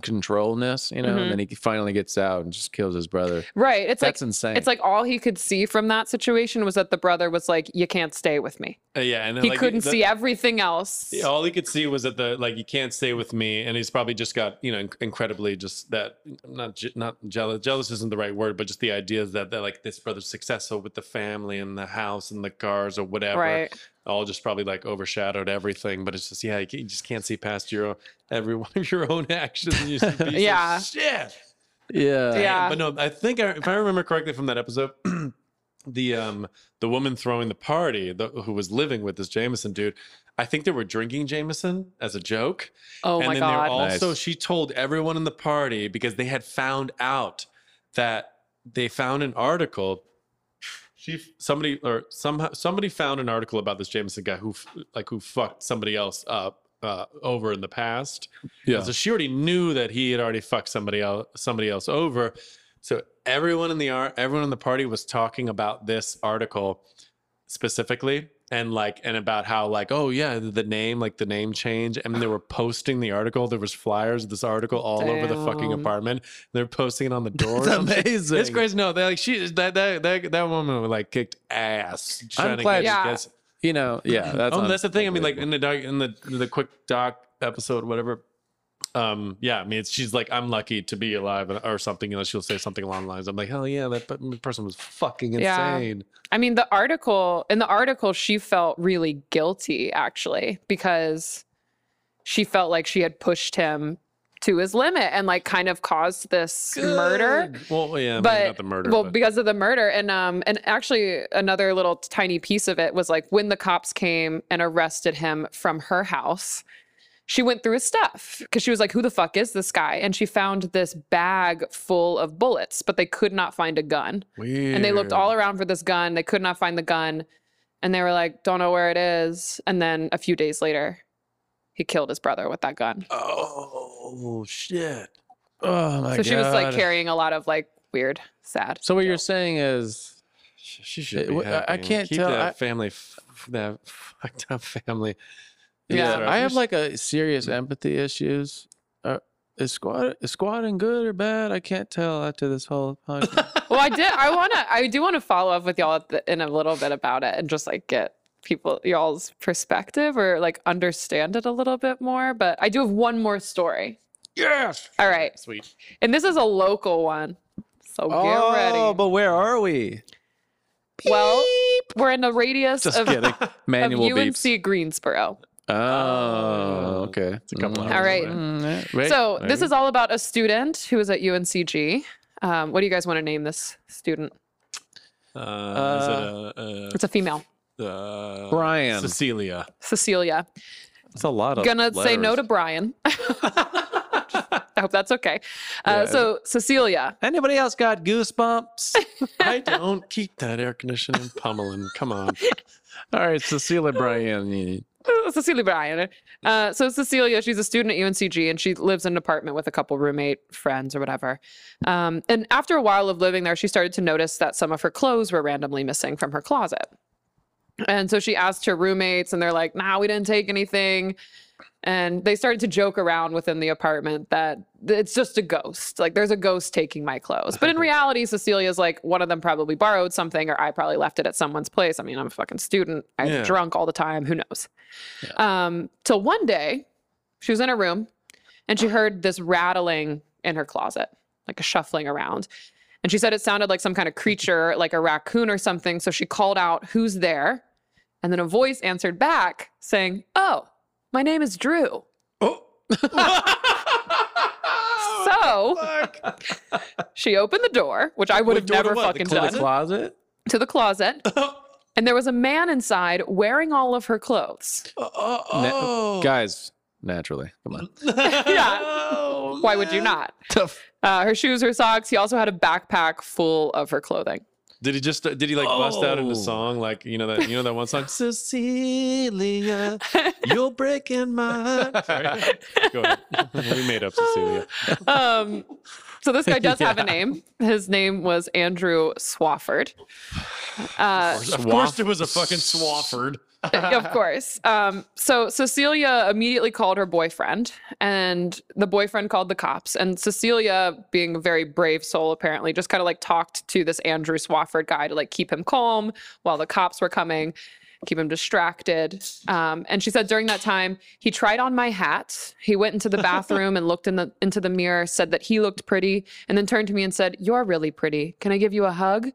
[SPEAKER 11] uncontrollness you know and then he finally gets out and just kills his brother
[SPEAKER 10] Right. Mm-hmm. It's
[SPEAKER 11] that's
[SPEAKER 10] like
[SPEAKER 11] insane
[SPEAKER 10] it's like all he could see from that situation was that the brother was like, "You can't stay with me."
[SPEAKER 9] Uh, yeah. And then,
[SPEAKER 10] He
[SPEAKER 9] like,
[SPEAKER 10] couldn't
[SPEAKER 9] the-
[SPEAKER 10] see everything else.
[SPEAKER 9] Yeah, all he could see was that the like you can't stay with me, and he's probably just got you know inc- incredibly just that not je- not jealous. Jealous isn't the right word, but just the idea is that that like this brother's successful with the family and the house and the cars or whatever.
[SPEAKER 10] Right.
[SPEAKER 9] All just probably like overshadowed everything, but it's just yeah, you, can, you just can't see past your own, every one of your own actions. and You just be
[SPEAKER 10] Yeah.
[SPEAKER 9] shit.
[SPEAKER 11] yeah
[SPEAKER 10] Yeah.
[SPEAKER 9] But no, I think I, if I remember correctly from that episode, the um the woman throwing the party, the, who was living with this Jameson dude, I think they were drinking Jameson as a joke.
[SPEAKER 10] Oh
[SPEAKER 9] and
[SPEAKER 10] my
[SPEAKER 9] then
[SPEAKER 10] god.
[SPEAKER 9] they were also
[SPEAKER 11] Nice.
[SPEAKER 9] she told everyone in the party because they had found out that they found an article. She somebody or somehow somebody found an article about this Jameson guy who f- like who fucked somebody else up uh, over in the past.
[SPEAKER 11] yeah
[SPEAKER 9] So she already knew that he had already fucked somebody else somebody else over. So everyone in the ar- everyone in the party was talking about this article specifically and like and about how like oh yeah the name like the name change and they were posting the article there was flyers of this article all over the fucking
[SPEAKER 10] Damn.
[SPEAKER 9] apartment they're posting it on the door
[SPEAKER 11] it's
[SPEAKER 9] or something.
[SPEAKER 11] amazing
[SPEAKER 9] it's crazy no they like she that that that, that woman like kicked ass trying to
[SPEAKER 11] glad-
[SPEAKER 9] get-
[SPEAKER 10] Yeah.
[SPEAKER 9] get-
[SPEAKER 11] you know yeah that's
[SPEAKER 9] oh, that's the thing. I mean, like
[SPEAKER 11] unbelievable.
[SPEAKER 9] in the doc, in the the quick doc episode, whatever. Um, yeah, I mean, it's, she's like, I'm lucky to be alive, and- or something. You know, she'll say something along the lines. I'm like, hell yeah, that pe- person was fucking
[SPEAKER 10] Yeah.
[SPEAKER 9] insane.
[SPEAKER 10] I mean, the article in the article, she felt really guilty actually because she felt like she had pushed him to his limit and like kind of caused this murder.
[SPEAKER 9] Well, yeah,
[SPEAKER 10] but
[SPEAKER 9] maybe not the murder.
[SPEAKER 10] Well,
[SPEAKER 9] but-
[SPEAKER 10] because of the murder, and um, and actually another little tiny piece of it was like when the cops came and arrested him from her house. She went through his stuff because she was like, "Who the fuck is this guy?" And she found this bag full of bullets, but they could not find a gun.
[SPEAKER 9] Weird.
[SPEAKER 10] And they looked all around for this gun. They could not find the gun. And they were like, don't know where it is. And then a few days later, he killed his brother with that gun.
[SPEAKER 9] Oh shit!
[SPEAKER 11] oh my
[SPEAKER 10] so she was like
[SPEAKER 11] God.
[SPEAKER 10] carrying a lot of like weird, sad.
[SPEAKER 11] so what you're saying is
[SPEAKER 9] She should.
[SPEAKER 11] It-
[SPEAKER 9] Be
[SPEAKER 11] wh- I- I
[SPEAKER 9] happy and
[SPEAKER 11] can't
[SPEAKER 9] keep
[SPEAKER 11] tell,
[SPEAKER 9] That
[SPEAKER 11] I-
[SPEAKER 9] family, f- that fucked up family.
[SPEAKER 10] Yeah.
[SPEAKER 11] Yeah, I have like a serious empathy issues. Uh, is squad is squatting good or bad? I can't tell after this whole podcast.
[SPEAKER 10] well, I did. I want to, I do want to follow up with y'all at the, in a little bit about it and just like get people, y'all's perspective or like understand it a little bit more. But I do have one more story.
[SPEAKER 9] yes.
[SPEAKER 10] All right.
[SPEAKER 9] Sweet.
[SPEAKER 10] And this is a local one. So get
[SPEAKER 11] Oh,
[SPEAKER 10] ready.
[SPEAKER 11] but where are we?
[SPEAKER 10] well, we're in the radius
[SPEAKER 11] Just
[SPEAKER 10] of
[SPEAKER 11] kidding.
[SPEAKER 10] of
[SPEAKER 11] Manual
[SPEAKER 10] UNC
[SPEAKER 11] beeps.
[SPEAKER 10] Greensboro.
[SPEAKER 11] Oh, okay.
[SPEAKER 9] It's a couple
[SPEAKER 11] Mm,
[SPEAKER 9] hours.
[SPEAKER 10] Mm-hmm. All right.
[SPEAKER 9] away.
[SPEAKER 11] mm, yeah, right,
[SPEAKER 10] so this
[SPEAKER 11] maybe.
[SPEAKER 10] is all about a student who was at UNCG. Um, what do you guys want to name this student?
[SPEAKER 9] Uh, is
[SPEAKER 10] It's a female,
[SPEAKER 9] it, uh, uh,
[SPEAKER 11] Brian.
[SPEAKER 9] Cecilia.
[SPEAKER 10] Cecilia.
[SPEAKER 11] It's a lot of
[SPEAKER 10] Gonna say no to uh,
[SPEAKER 11] Uh, letters.
[SPEAKER 10] Brian. I hope that's okay. Uh,
[SPEAKER 11] Yeah.
[SPEAKER 10] so Cecilia,
[SPEAKER 11] Anybody else got goosebumps?
[SPEAKER 9] I don't keep that air conditioning pummeling. Come on.
[SPEAKER 11] all right, Cecilia Brian.
[SPEAKER 10] Cecilia Brian. Uh, so Cecilia, she's a student at UNCG and she lives in an apartment with a couple roommate friends or whatever. Um, and after a while of living there, she started to notice that some of her clothes were randomly missing from her closet. And so she asked her roommates, and they're like, nah, we didn't take anything. And they started to joke around within the apartment that th- it's just a ghost. Like, there's a ghost taking my clothes. But in reality, Cecilia's like, one of them probably borrowed something, or I probably left it at someone's place. I mean, I'm a fucking student. I'm
[SPEAKER 9] Yeah.
[SPEAKER 10] drunk all the time. Who knows? Um, till one day, she was in her room and she heard this rattling in her closet, like a shuffling around. And she said it sounded like some kind of creature, like a raccoon or something. So she called out, Who's there? And then a voice answered back saying, Oh, my name is Drew.
[SPEAKER 9] Oh.
[SPEAKER 10] So
[SPEAKER 9] Fuck.
[SPEAKER 10] she opened the door, which I would
[SPEAKER 9] What
[SPEAKER 10] have
[SPEAKER 9] door Oh. to
[SPEAKER 10] never
[SPEAKER 9] what? The
[SPEAKER 10] fucking
[SPEAKER 9] closet?
[SPEAKER 10] done,
[SPEAKER 11] Closet?
[SPEAKER 10] to the closet. And there was a man inside wearing all of her clothes.
[SPEAKER 11] Na-
[SPEAKER 9] Oh.
[SPEAKER 11] Guys, naturally. Come on.
[SPEAKER 10] Yeah. Why would you not?
[SPEAKER 11] Tough.
[SPEAKER 10] Uh, her shoes, her socks. He also had a backpack full of her clothing.
[SPEAKER 9] Did he just? Did he like bust out into
[SPEAKER 11] Oh.
[SPEAKER 9] song like you know that you know that one song? Cecilia, you're breaking my heart. Sorry. Go ahead. We made up Cecilia.
[SPEAKER 10] um, so this guy does have a name. His name was Andrew Swafford. Uh,
[SPEAKER 9] Of course, there was a fucking Swafford.
[SPEAKER 10] of course. Um, so Cecilia immediately called her boyfriend, and the boyfriend called the cops. And Cecilia, being a very brave soul, apparently just kind of like talked to this Andrew Swafford guy to like keep him calm while the cops were coming, keep him distracted. Um, and she said during that time, he tried on my hat. He went into the bathroom and looked in the into the mirror, said that he looked pretty, and then turned to me and said, "You're really pretty. Can I give you a hug?"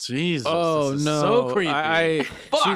[SPEAKER 9] Jesus.
[SPEAKER 11] Oh,
[SPEAKER 9] this is
[SPEAKER 11] no.
[SPEAKER 9] So creepy.
[SPEAKER 11] I, I,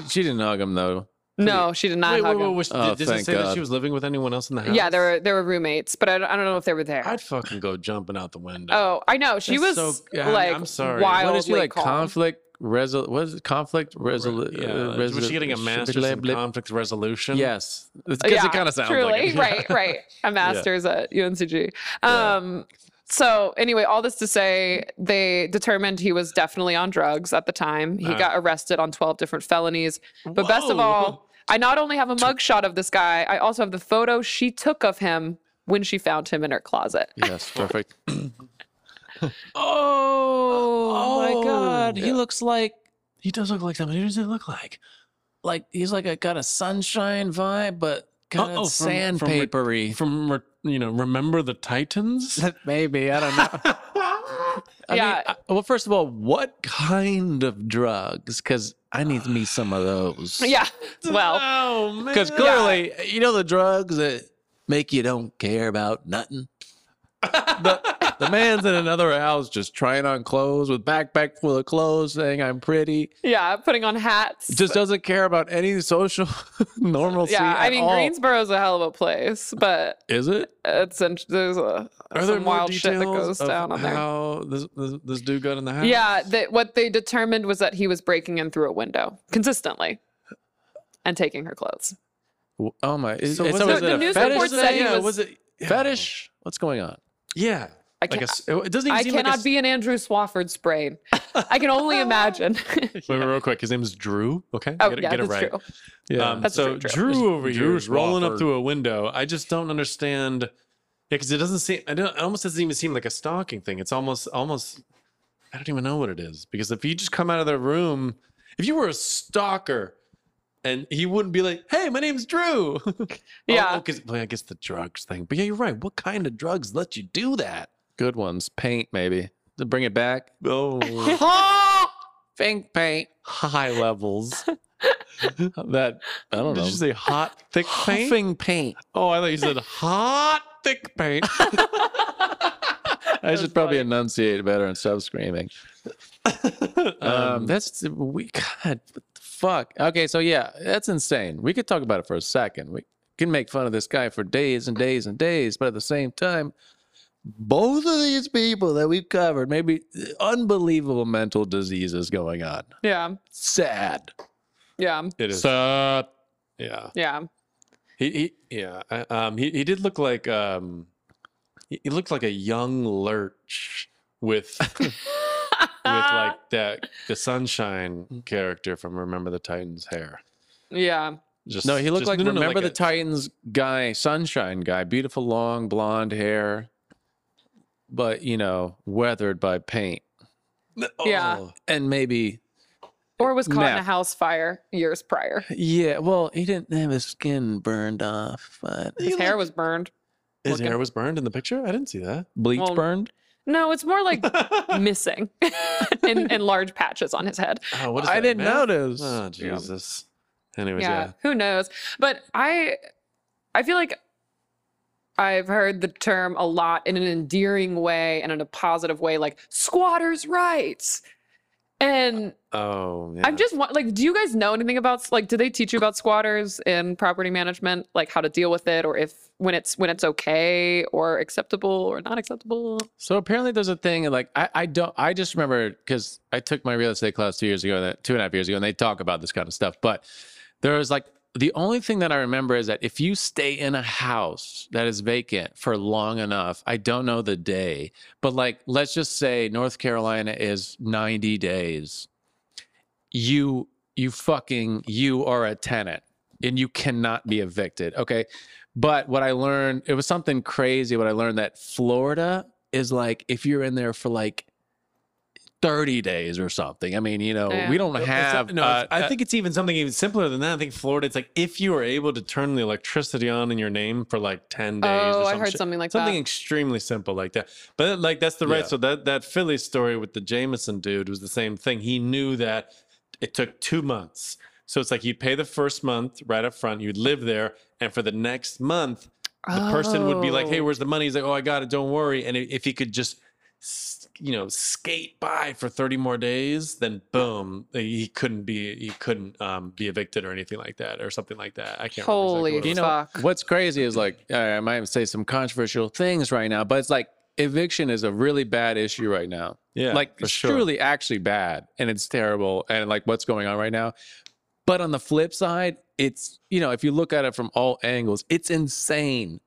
[SPEAKER 11] she, she didn't hug him, though.
[SPEAKER 10] No, she did not
[SPEAKER 9] wait,
[SPEAKER 10] hug
[SPEAKER 9] wait, wait,
[SPEAKER 10] him.
[SPEAKER 9] wait.
[SPEAKER 11] Oh,
[SPEAKER 9] did, does it
[SPEAKER 11] thank
[SPEAKER 9] say that
[SPEAKER 11] God.
[SPEAKER 9] she was living with anyone else in the house?
[SPEAKER 10] Yeah, there were there were roommates, but I don't, I don't know if they were there.
[SPEAKER 9] I'd fucking go jumping out the window.
[SPEAKER 10] Oh, I know. She
[SPEAKER 9] That's
[SPEAKER 10] was
[SPEAKER 9] so- yeah, I mean,
[SPEAKER 10] like
[SPEAKER 9] I'm sorry. What
[SPEAKER 10] wildly
[SPEAKER 11] What is she like?
[SPEAKER 10] calm.
[SPEAKER 11] Conflict resol. What is it? Conflict uh, resolution?
[SPEAKER 9] yeah. was she getting a master's in conflict resolution?
[SPEAKER 11] Yes, because
[SPEAKER 10] Uh, Yeah,
[SPEAKER 11] it kind of sounds
[SPEAKER 10] truly.
[SPEAKER 11] like it.
[SPEAKER 10] right, right. A master's at UNCG. Um, So anyway, all this to say, they determined he was definitely on drugs at the time. He
[SPEAKER 9] Uh.
[SPEAKER 10] got arrested on 12 different felonies. But best of
[SPEAKER 9] Whoa.
[SPEAKER 10] all, I not only have a mugshot of this guy, I also have the photo she took of him when she found him in her closet.
[SPEAKER 11] Yes, perfect.
[SPEAKER 10] Oh, my god.
[SPEAKER 11] he looks like
[SPEAKER 9] He does look like somebody. Who does he look like?
[SPEAKER 11] like he's like a got a sunshine vibe, but
[SPEAKER 9] kinda sandpapery. From re- you know, remember the Titans?
[SPEAKER 11] Maybe I don't know. I
[SPEAKER 10] Yeah.
[SPEAKER 11] Mean, I- well, first of all, what kind of drugs? Because I need me some of those.
[SPEAKER 10] Yeah. Well,
[SPEAKER 9] oh man.
[SPEAKER 11] Because clearly, you know the drugs that make you don't care about nothing. the, the man's in another house just trying on clothes with backpack full of clothes, saying I'm pretty.
[SPEAKER 10] yeah, putting on hats.
[SPEAKER 11] Just doesn't care about any social normalcy.
[SPEAKER 10] yeah, I
[SPEAKER 11] at
[SPEAKER 10] mean
[SPEAKER 11] all.
[SPEAKER 10] Greensboro's a hell of a place, but
[SPEAKER 11] Is it?
[SPEAKER 10] it's in, there's a
[SPEAKER 9] Are there
[SPEAKER 10] some
[SPEAKER 9] more
[SPEAKER 10] wild shit
[SPEAKER 9] details
[SPEAKER 10] that goes
[SPEAKER 9] of
[SPEAKER 10] down on there.
[SPEAKER 9] how Oh, this, this this dude got in the house?
[SPEAKER 10] Yeah, that what they determined was that he was breaking in through a window consistently and taking her clothes.
[SPEAKER 11] W- Oh my! Is,
[SPEAKER 9] So
[SPEAKER 11] so
[SPEAKER 9] was
[SPEAKER 11] is
[SPEAKER 9] it-
[SPEAKER 11] it
[SPEAKER 9] the
[SPEAKER 11] a
[SPEAKER 10] news
[SPEAKER 11] fetish
[SPEAKER 10] report said
[SPEAKER 11] thing?
[SPEAKER 10] he
[SPEAKER 11] Yeah,
[SPEAKER 10] was-
[SPEAKER 11] it fetish? What's going on?
[SPEAKER 9] Yeah.
[SPEAKER 10] I
[SPEAKER 9] Like a
[SPEAKER 10] can't.
[SPEAKER 9] s- it doesn't even
[SPEAKER 10] I
[SPEAKER 9] seem
[SPEAKER 10] cannot
[SPEAKER 9] like a,
[SPEAKER 10] be an Andrew Swafford's brain. I can only imagine.
[SPEAKER 9] Wait, wait, real quick. His name's Drew. Okay,
[SPEAKER 10] oh,
[SPEAKER 9] get it,
[SPEAKER 10] yeah,
[SPEAKER 9] get it
[SPEAKER 10] that's
[SPEAKER 9] right.
[SPEAKER 10] true.
[SPEAKER 11] Yeah.
[SPEAKER 9] Um,
[SPEAKER 10] That's
[SPEAKER 9] so
[SPEAKER 10] true,
[SPEAKER 9] Drew,
[SPEAKER 10] Drew.
[SPEAKER 9] over here
[SPEAKER 11] Drew's
[SPEAKER 9] is rolling up
[SPEAKER 11] Wofford.
[SPEAKER 9] through a window. I just don't understand. Yeah, because it doesn't seem. I don't. It almost doesn't even seem like a stalking thing. It's almost almost. I don't even know what it is because if you just come out of the room, if you were a stalker, and he wouldn't be like, "Hey, my name's Drew." Oh,
[SPEAKER 10] Yeah.
[SPEAKER 9] oh, 'cause- well, I guess the drugs thing. But yeah, you're right. What kind of drugs let you do that?
[SPEAKER 11] Good ones. Paint maybe to bring it back.
[SPEAKER 9] Oh,
[SPEAKER 11] Think paint.
[SPEAKER 9] high levels.
[SPEAKER 11] That I don't
[SPEAKER 9] Did
[SPEAKER 11] know.
[SPEAKER 9] you say hot thick paint?
[SPEAKER 11] Huffing paint.
[SPEAKER 9] Oh, I thought you said hot thick paint. Oh,
[SPEAKER 11] I should probably enunciate better and stop screaming. Um, that's we God, what the fuck. Okay, so yeah, that's insane. We could talk about it for a second. We can make fun of this guy for days and days and days, but at the same time, both of these people that we've covered, maybe unbelievable mental diseases going on.
[SPEAKER 10] Yeah,
[SPEAKER 11] Sad.
[SPEAKER 10] yeah,
[SPEAKER 9] It is.
[SPEAKER 11] Sad.
[SPEAKER 9] yeah.
[SPEAKER 10] yeah.
[SPEAKER 9] He, he yeah. I- Um he, he did look like um he he looked like a young lurch with with like that the sunshine character from Remember the Titans hair.
[SPEAKER 10] yeah.
[SPEAKER 9] Just
[SPEAKER 11] No, he looked
[SPEAKER 9] just-
[SPEAKER 11] like
[SPEAKER 9] no, no, no,
[SPEAKER 11] remember
[SPEAKER 9] like
[SPEAKER 11] the
[SPEAKER 9] a-
[SPEAKER 11] Titans guy, Sunshine guy, beautiful long blonde hair, but you know weathered by paint
[SPEAKER 9] No,
[SPEAKER 10] Yeah.
[SPEAKER 9] oh,
[SPEAKER 11] and maybe
[SPEAKER 10] Or was caught in a
[SPEAKER 11] Meth.
[SPEAKER 10] house fire years prior.
[SPEAKER 11] Yeah, well, he didn't have his skin burned off, but
[SPEAKER 10] His hair was burned.
[SPEAKER 9] His
[SPEAKER 10] Looking-
[SPEAKER 9] hair was burned in the picture. I didn't see that.
[SPEAKER 11] bleach
[SPEAKER 10] well-
[SPEAKER 11] burned.
[SPEAKER 10] No, it's more like missing in, in large patches on his head.
[SPEAKER 9] Oh, what is
[SPEAKER 11] I
[SPEAKER 9] that,
[SPEAKER 11] didn't
[SPEAKER 9] meth?
[SPEAKER 11] notice.
[SPEAKER 9] Oh,
[SPEAKER 11] Yeah.
[SPEAKER 9] Jesus. Anyways,
[SPEAKER 10] yeah,
[SPEAKER 9] yeah.
[SPEAKER 10] who knows but i i feel like i've heard the term a lot in an endearing way and in a positive way like squatters rights and
[SPEAKER 9] Oh, yeah.
[SPEAKER 10] i'm just wa- like do you guys know anything about like do they teach you about squatters in property management like how to deal with it or if when it's when it's okay or acceptable or not acceptable
[SPEAKER 11] So apparently, there's a thing like I, I don't I just remember because I took my real estate class two years ago, that two and a half years ago, and they talk about this kind of stuff. But there was like the only thing that I remember is that if you stay in a house that is vacant for long enough, I don't know the day, but like let's just say North Carolina is 90 days. You you fucking you are a tenant and you cannot be evicted. Okay. But what I learned, it was something crazy. What I learned that Florida is like if you're in there for like 30 days or something. I mean, you know,
[SPEAKER 10] Yeah.
[SPEAKER 11] we don't
[SPEAKER 9] It's
[SPEAKER 11] have.
[SPEAKER 9] not- no,
[SPEAKER 11] uh,
[SPEAKER 9] it's- I think it's even something even simpler than that. I think Florida, it's like if you are able to turn the electricity on in your name for like ten days.
[SPEAKER 10] oh
[SPEAKER 9] or
[SPEAKER 10] i
[SPEAKER 9] some
[SPEAKER 10] heard
[SPEAKER 9] shit.
[SPEAKER 10] something like
[SPEAKER 9] something
[SPEAKER 10] that
[SPEAKER 9] extremely simple like that. But like that's the right.
[SPEAKER 11] Yeah.
[SPEAKER 9] So that that Philly story with the Jameson dude was the same thing. He knew that it took two months. So it's like you'd pay the first month right up front. You'd live there, and for the next month, the person would be like, "Hey,
[SPEAKER 10] Oh.
[SPEAKER 9] where's the money?" He's like, "Oh, I got it. Don't worry." And i- if he could just, s- you know, skate by for thirty more days, then boom, he couldn't be he couldn't um, be evicted or anything like that or something like that. I can't. remember exactly what
[SPEAKER 10] Holy
[SPEAKER 9] it was.
[SPEAKER 11] you know
[SPEAKER 10] fuck.
[SPEAKER 11] what's crazy is like all right, I might say some controversial things right now, but it's like eviction is a really bad issue right now.
[SPEAKER 9] yeah,
[SPEAKER 11] like
[SPEAKER 9] for
[SPEAKER 11] it's
[SPEAKER 9] sure.
[SPEAKER 11] truly actually bad and it's terrible and like what's going on right now. But on the flip side, it's you know, if you look at it from all angles, it's insane.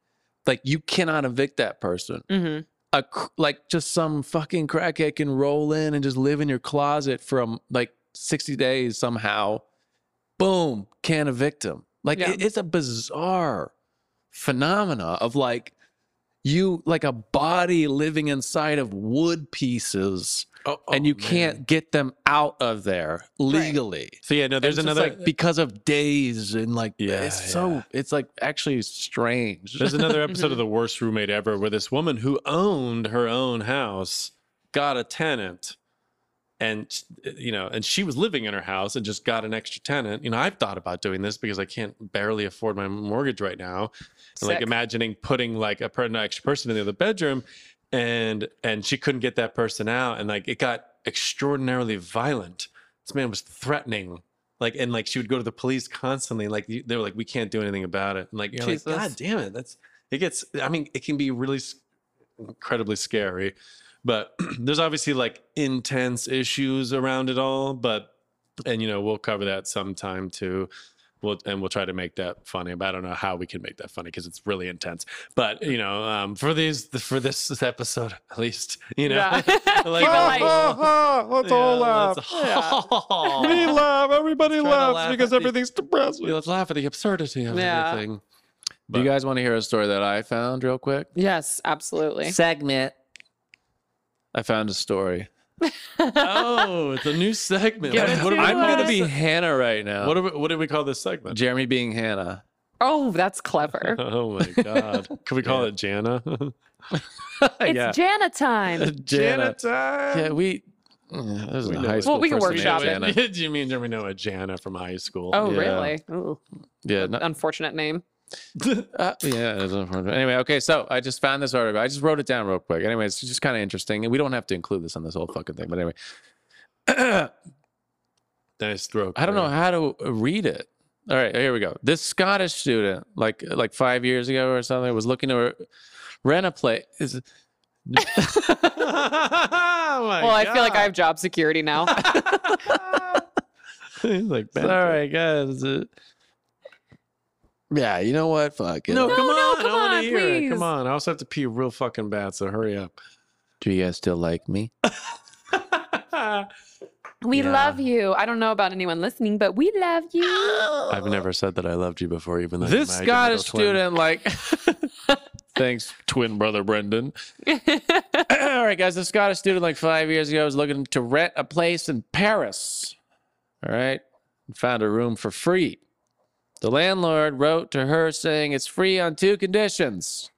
[SPEAKER 11] Like you cannot evict that person.
[SPEAKER 10] hmm
[SPEAKER 11] A cr- like just some fucking crackhead can roll in and just live in your closet from like 60 days somehow. Boom, can't evict him. Like
[SPEAKER 10] Yeah.
[SPEAKER 11] it- it's a bizarre phenomena of like you like a body living inside of wood pieces
[SPEAKER 9] Oh, oh,
[SPEAKER 11] and you
[SPEAKER 9] man.
[SPEAKER 11] can't get them out of there legally.
[SPEAKER 9] So yeah, no,
[SPEAKER 11] And
[SPEAKER 9] there's
[SPEAKER 11] it's just,
[SPEAKER 9] another
[SPEAKER 11] like, because of days and like
[SPEAKER 9] Yeah,
[SPEAKER 11] it's so
[SPEAKER 9] yeah.
[SPEAKER 11] it's like actually strange.
[SPEAKER 9] There's another episode of The Worst Roommate Ever where this woman who owned her own house got a tenant and sh- you know and she was living in her house and just got an extra tenant you know i've thought about doing this because i can't barely afford my mortgage right now and like
[SPEAKER 10] Sick.
[SPEAKER 9] imagining putting like a per- an extra person in the other bedroom and and she couldn't get that person out and like it got extraordinarily violent this man was threatening like and like she would go to the police constantly like you- they were like we can't do anything about it and like you're like
[SPEAKER 10] Jesus.
[SPEAKER 9] god damn it that's it gets i mean it can be really s- incredibly scary but there's obviously like intense issues around it all but and you know we'll cover that sometime too we'll and we'll try to make that funny but i don't know how we can make that funny because it's really intense but you know um for these for this episode at least you know
[SPEAKER 10] Yeah.
[SPEAKER 9] like,
[SPEAKER 10] You were like,
[SPEAKER 11] let's
[SPEAKER 9] yeah,
[SPEAKER 11] all laugh.
[SPEAKER 9] let's-
[SPEAKER 11] We laugh. Everybody
[SPEAKER 9] Trying to
[SPEAKER 11] laughs
[SPEAKER 9] laugh
[SPEAKER 11] because
[SPEAKER 9] at the-
[SPEAKER 11] everything's depressing.
[SPEAKER 9] Yeah, let's laugh at the absurdity of
[SPEAKER 10] Yeah.
[SPEAKER 9] everything
[SPEAKER 11] Do you guys want to hear a story that I found real quick?
[SPEAKER 10] yes absolutely
[SPEAKER 3] Segment.
[SPEAKER 11] I found a story.
[SPEAKER 9] oh it's a new segment
[SPEAKER 10] Give
[SPEAKER 9] what,
[SPEAKER 10] it
[SPEAKER 9] what,
[SPEAKER 10] to
[SPEAKER 9] are we-
[SPEAKER 11] I'm
[SPEAKER 9] what
[SPEAKER 11] going
[SPEAKER 10] us.
[SPEAKER 11] to be Hannah right now.
[SPEAKER 9] are we, what do we call this segment
[SPEAKER 11] Jeremy being Hannah.
[SPEAKER 10] oh that's clever
[SPEAKER 9] oh my god can we call it jana
[SPEAKER 10] it's
[SPEAKER 11] yeah.
[SPEAKER 10] jana time
[SPEAKER 11] Jana.
[SPEAKER 9] time
[SPEAKER 11] Yeah, we. Mm, This is
[SPEAKER 9] We
[SPEAKER 11] a
[SPEAKER 9] know
[SPEAKER 11] high
[SPEAKER 9] it.
[SPEAKER 11] school.
[SPEAKER 10] Well, we can
[SPEAKER 11] first name,
[SPEAKER 10] workshop it.
[SPEAKER 11] Jana.
[SPEAKER 9] you mean we know a jana from high school
[SPEAKER 10] oh
[SPEAKER 11] Yeah.
[SPEAKER 10] really Ooh.
[SPEAKER 11] Yeah, not,
[SPEAKER 10] unfortunate name
[SPEAKER 11] uh, yeah. It is unfortunate. Anyway, okay. So I just found this article. I just wrote it down real quick. Anyway, it's just kind of interesting, and we don't have to include this on this whole fucking thing. But anyway,
[SPEAKER 9] nice throw
[SPEAKER 11] I don't know
[SPEAKER 9] Corey.
[SPEAKER 11] how to uh, read it. All right, here we go. This Scottish student, like like five years ago or something, was looking to rent a place. Is, Oh
[SPEAKER 10] well i feel like i have job security now
[SPEAKER 9] He's like,
[SPEAKER 11] All right, guys. uh, Yeah, you know what? Fuck it.
[SPEAKER 9] No, come on.
[SPEAKER 10] come
[SPEAKER 9] I wanna
[SPEAKER 10] on,
[SPEAKER 9] hear it.
[SPEAKER 10] Ah, please.
[SPEAKER 9] Come on. I also have to pee real fucking bad, so hurry up.
[SPEAKER 11] Do you guys still like me?
[SPEAKER 9] I've
[SPEAKER 10] we
[SPEAKER 9] Yeah.
[SPEAKER 10] love you i don't know about anyone listening but we love you
[SPEAKER 9] never said that I loved you before, even though
[SPEAKER 11] this Scottish student, like, thanks, twin brother Brendan. All right, guys. This Scottish student, like five years ago, was looking to rent a place in Paris. All right. Found a room for free. The landlord wrote to her saying it's free on two conditions.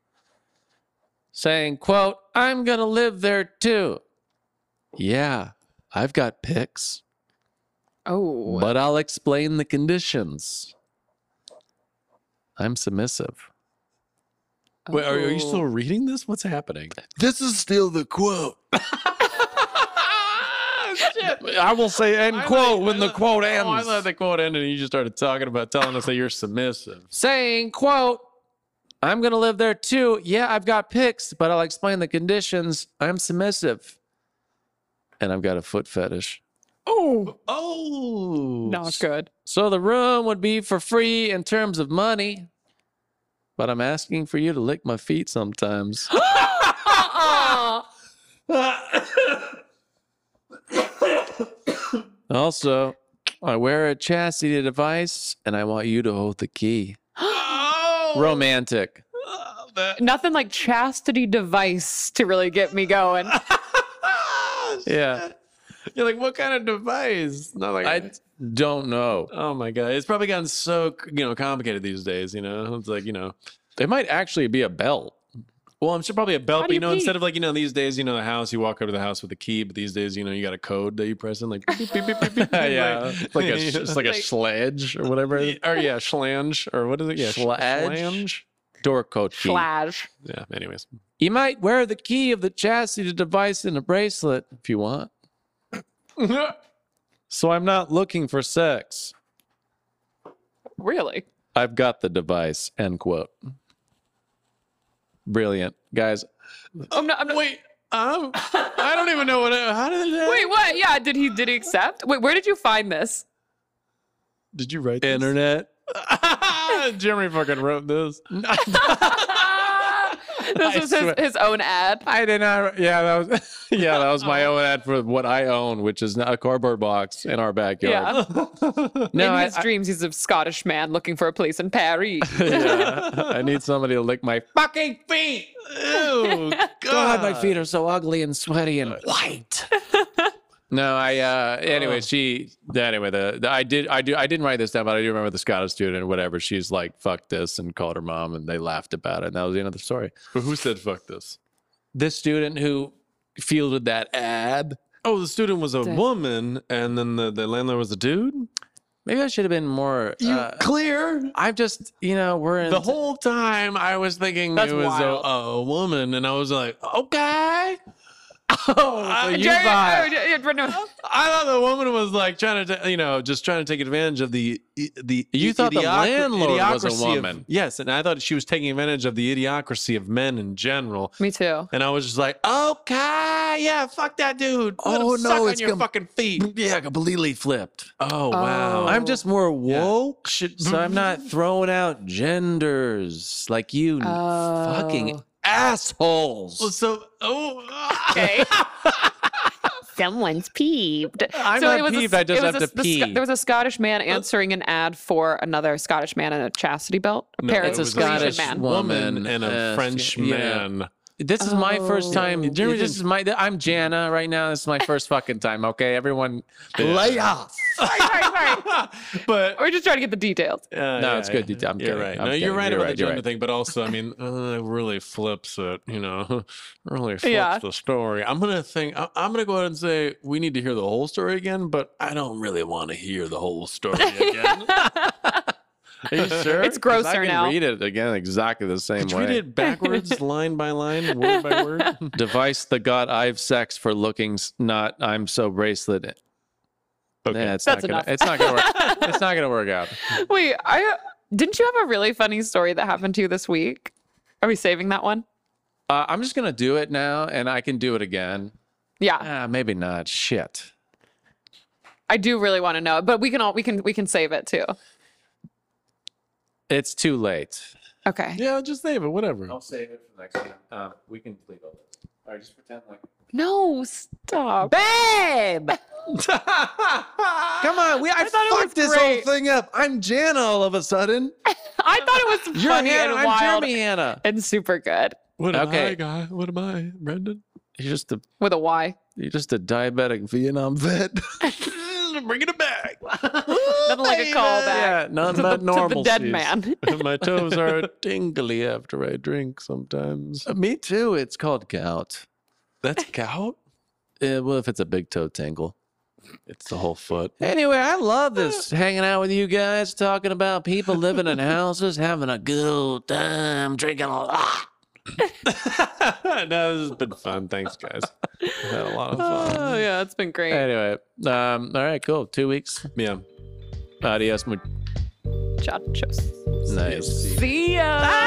[SPEAKER 11] Saying, quote, I'm going to live there too. Yeah, I've got pics,
[SPEAKER 10] Oh,
[SPEAKER 11] but I'll explain the conditions. I'm submissive.
[SPEAKER 9] Wait, are, are you
[SPEAKER 10] Oh.
[SPEAKER 9] still reading this? What's happening?
[SPEAKER 11] This is still the quote.
[SPEAKER 9] Ah,
[SPEAKER 11] I will say end quote when the quote ends.
[SPEAKER 9] Oh, I let the quote end, and you just started talking about telling us that you're submissive.
[SPEAKER 11] saying, quote, I'm going to live there too. Yeah, I've got pics, but I'll explain the conditions. I'm submissive. And I've got a foot fetish.
[SPEAKER 10] oh,
[SPEAKER 9] Oh,
[SPEAKER 10] not good.
[SPEAKER 11] So the room would be for free in terms of money, but I'm asking for you to lick my feet sometimes. also, I wear a chastity device and I want you to hold the key.
[SPEAKER 9] Oh!
[SPEAKER 11] Romantic.
[SPEAKER 10] Nothing like chastity device to really get me going.
[SPEAKER 11] Yeah.
[SPEAKER 9] You're like, what kind of device? Not like
[SPEAKER 11] I don't know.
[SPEAKER 9] Oh my god, it's probably gotten so you know complicated these days. You know, it's like you know.
[SPEAKER 11] It might actually be a belt.
[SPEAKER 9] Well, I'm sure probably a belt,
[SPEAKER 10] How do
[SPEAKER 9] but you
[SPEAKER 10] you
[SPEAKER 9] know,
[SPEAKER 10] pee?
[SPEAKER 9] instead of like you know these days, you know the house, you walk up to the house with a key, but these days, you know, you got a code that you press in, like beep, beep, beep, beep, beep,
[SPEAKER 11] yeah,
[SPEAKER 9] like,
[SPEAKER 11] it's like a it's like a sledge or whatever.
[SPEAKER 9] Yeah, or yeah, schlange or what is it? Yeah, sch-
[SPEAKER 11] Schledge? Door code key.
[SPEAKER 10] Flash.
[SPEAKER 9] Yeah. Anyways,
[SPEAKER 11] You might wear the key of the chastity device in a bracelet if you want. so I'm not looking for sex.
[SPEAKER 10] Really?
[SPEAKER 11] I've got the device. End quote. Brilliant, guys.
[SPEAKER 10] I'm not, I'm not,
[SPEAKER 9] wait, um, I don't even know what. How did that?
[SPEAKER 10] Wait, what? Yeah, did he did he accept? Wait, where did you find this?
[SPEAKER 9] did you write this?
[SPEAKER 11] Internet.
[SPEAKER 9] Jeremy fucking wrote this.
[SPEAKER 10] Ah. this was his,
[SPEAKER 11] swear.
[SPEAKER 10] his own ad.
[SPEAKER 11] I did not. Yeah, that was. Yeah, that was my own ad for what I own, which is a cardboard box in our backyard.
[SPEAKER 10] Yeah.
[SPEAKER 11] No,
[SPEAKER 10] in
[SPEAKER 11] I,
[SPEAKER 10] his dreams, he's a Scottish man looking for a place in Paris.
[SPEAKER 11] yeah. I need somebody to lick my fucking feet.
[SPEAKER 9] Ew,
[SPEAKER 11] God, my feet are so ugly and sweaty and white. No, I. uh Anyway, she. Anyway, the, the I did. I do. I didn't write this down, but I do remember the Scottish student. Whatever. She's like, "Fuck this," and called her mom, and they laughed about it. And that was the end of the story.
[SPEAKER 9] But who said fuck this?
[SPEAKER 11] This student who fielded that ad.
[SPEAKER 9] Oh, the student was a
[SPEAKER 10] Dang.
[SPEAKER 9] woman, and then the, the landlord was a dude.
[SPEAKER 11] Maybe I should have been more. Uh,
[SPEAKER 9] clear?
[SPEAKER 11] I'm just, you know, we're in
[SPEAKER 9] The whole time I was thinking
[SPEAKER 10] That's
[SPEAKER 9] it was a,
[SPEAKER 10] wild.
[SPEAKER 9] a woman, and I was like, okay. Oh, so you
[SPEAKER 10] Jerry-
[SPEAKER 9] thought-
[SPEAKER 10] oh, yeah, yeah, no.
[SPEAKER 9] I thought the woman was like trying to, ta- you know, just trying to take advantage of the i- the.
[SPEAKER 11] You
[SPEAKER 9] i-
[SPEAKER 11] thought the landlord was a
[SPEAKER 9] idiocracy of-
[SPEAKER 11] woman.
[SPEAKER 9] yes, and I thought she was taking advantage of the idiocracy of men in general.
[SPEAKER 10] Me too.
[SPEAKER 9] And I was just like, okay, yeah, fuck that dude. Let
[SPEAKER 11] Oh,
[SPEAKER 9] him
[SPEAKER 11] no,
[SPEAKER 9] suck on
[SPEAKER 11] it's
[SPEAKER 9] your
[SPEAKER 11] com-
[SPEAKER 9] fucking feet.
[SPEAKER 11] yeah, completely flipped.
[SPEAKER 9] Oh wow,
[SPEAKER 10] Oh.
[SPEAKER 11] I'm just more
[SPEAKER 9] Yeah.
[SPEAKER 11] woke, so I'm not throwing out genders like you fucking
[SPEAKER 10] Oh.
[SPEAKER 9] Well,
[SPEAKER 11] assholes.
[SPEAKER 9] so oh
[SPEAKER 10] Okay. Someone's peeved.
[SPEAKER 11] I'm not peeved, I
[SPEAKER 10] I
[SPEAKER 11] just have to pee.
[SPEAKER 10] there was a Scottish man answering an ad for another Scottish man in a chastity belt.
[SPEAKER 9] No,
[SPEAKER 10] Apparently,
[SPEAKER 11] It's a
[SPEAKER 9] was
[SPEAKER 10] Parisian
[SPEAKER 11] Scottish
[SPEAKER 10] man.
[SPEAKER 9] woman
[SPEAKER 11] woman
[SPEAKER 9] and a
[SPEAKER 11] uh,
[SPEAKER 9] French
[SPEAKER 11] yeah.
[SPEAKER 9] man.
[SPEAKER 11] This is my first
[SPEAKER 10] Oh.
[SPEAKER 11] time.
[SPEAKER 9] Yeah, Jeremy
[SPEAKER 11] This
[SPEAKER 9] didn't-
[SPEAKER 11] is my. I'm Jana right now. This is my first fucking time. Okay, everyone, lay off.
[SPEAKER 10] Sorry, sorry, sorry.
[SPEAKER 9] but
[SPEAKER 10] We're just trying to get the details.
[SPEAKER 9] uh,
[SPEAKER 11] No, it's good. You- I'm
[SPEAKER 9] you're
[SPEAKER 11] kidding.
[SPEAKER 9] right.
[SPEAKER 11] I'm
[SPEAKER 9] no,
[SPEAKER 11] kidding.
[SPEAKER 9] you're right about
[SPEAKER 11] You're
[SPEAKER 9] the
[SPEAKER 11] right, you're
[SPEAKER 9] gender
[SPEAKER 11] right.
[SPEAKER 9] thing, but also, I mean, uh, it really flips it. You know, really flips
[SPEAKER 10] Yeah.
[SPEAKER 9] the story. I'm gonna think. I, I'm gonna go ahead and say we need to hear the whole story again, but I don't really want to hear the whole story again.
[SPEAKER 11] Are you sure?
[SPEAKER 10] It's
[SPEAKER 11] 'Cause I
[SPEAKER 10] grosser
[SPEAKER 11] can
[SPEAKER 10] now.
[SPEAKER 11] Read it again, exactly the same
[SPEAKER 9] Could you
[SPEAKER 11] way.
[SPEAKER 9] read it backwards, line by line, word by word.
[SPEAKER 11] Device the god I've sex for looking s- not I'm so bracelet.
[SPEAKER 9] Okay.
[SPEAKER 11] Yeah, it's
[SPEAKER 10] That's
[SPEAKER 11] not gonna,
[SPEAKER 10] enough.
[SPEAKER 11] it's not gonna work. it's not gonna work out.
[SPEAKER 10] Wait, I didn't you have a really funny story that happened to you this week? Are we saving that one?
[SPEAKER 11] Uh, I'm just gonna do it now, and I can do it again.
[SPEAKER 10] Yeah,
[SPEAKER 11] Ah, maybe not. Shit.
[SPEAKER 10] I do really want to know, it, but we can all we can we can save it too.
[SPEAKER 11] It's too late.
[SPEAKER 10] Okay.
[SPEAKER 9] Yeah, just save it. Whatever.
[SPEAKER 11] save it for next time. Um, we can delete all this. All right, just pretend like.
[SPEAKER 10] No, stop. Babe.
[SPEAKER 11] Come on, we, I,
[SPEAKER 10] thought it was
[SPEAKER 11] fucked this whole
[SPEAKER 10] great.
[SPEAKER 11] thing up. I'm Jana all of a sudden.
[SPEAKER 10] I thought it was
[SPEAKER 11] You're
[SPEAKER 10] funny
[SPEAKER 11] Hannah.
[SPEAKER 10] and
[SPEAKER 11] I'm
[SPEAKER 10] wild
[SPEAKER 11] Jeremy Hannah.
[SPEAKER 10] and super good
[SPEAKER 9] What am
[SPEAKER 11] Okay.
[SPEAKER 9] I, guy? What am I, Brendan?
[SPEAKER 11] You're just a
[SPEAKER 10] with a Y.
[SPEAKER 11] you're just a diabetic Vietnam vet.
[SPEAKER 9] bringing it back.
[SPEAKER 10] Nothing like a callback.
[SPEAKER 11] Yeah, not
[SPEAKER 10] to the-
[SPEAKER 11] that
[SPEAKER 10] to the
[SPEAKER 11] normal.
[SPEAKER 10] dead
[SPEAKER 11] Steve.
[SPEAKER 10] man.
[SPEAKER 11] My toes are tingly after I drink sometimes. me too. It's called gout.
[SPEAKER 9] That's gout.
[SPEAKER 11] Uh, well, if it's a big toe tingle.
[SPEAKER 9] It's the whole foot.
[SPEAKER 11] Anyway, I love this hanging out with you guys, talking about people living in houses, having a good time, drinking a lot.
[SPEAKER 9] no, this has been fun. Thanks, guys. I had a lot of fun.
[SPEAKER 10] Oh yeah, it's been great.
[SPEAKER 11] Ah. Anyway, um, all right, cool. Two weeks.
[SPEAKER 9] Yeah.
[SPEAKER 11] Adios. mu-
[SPEAKER 10] Chachos.
[SPEAKER 11] Nice.
[SPEAKER 10] See ya. Bye.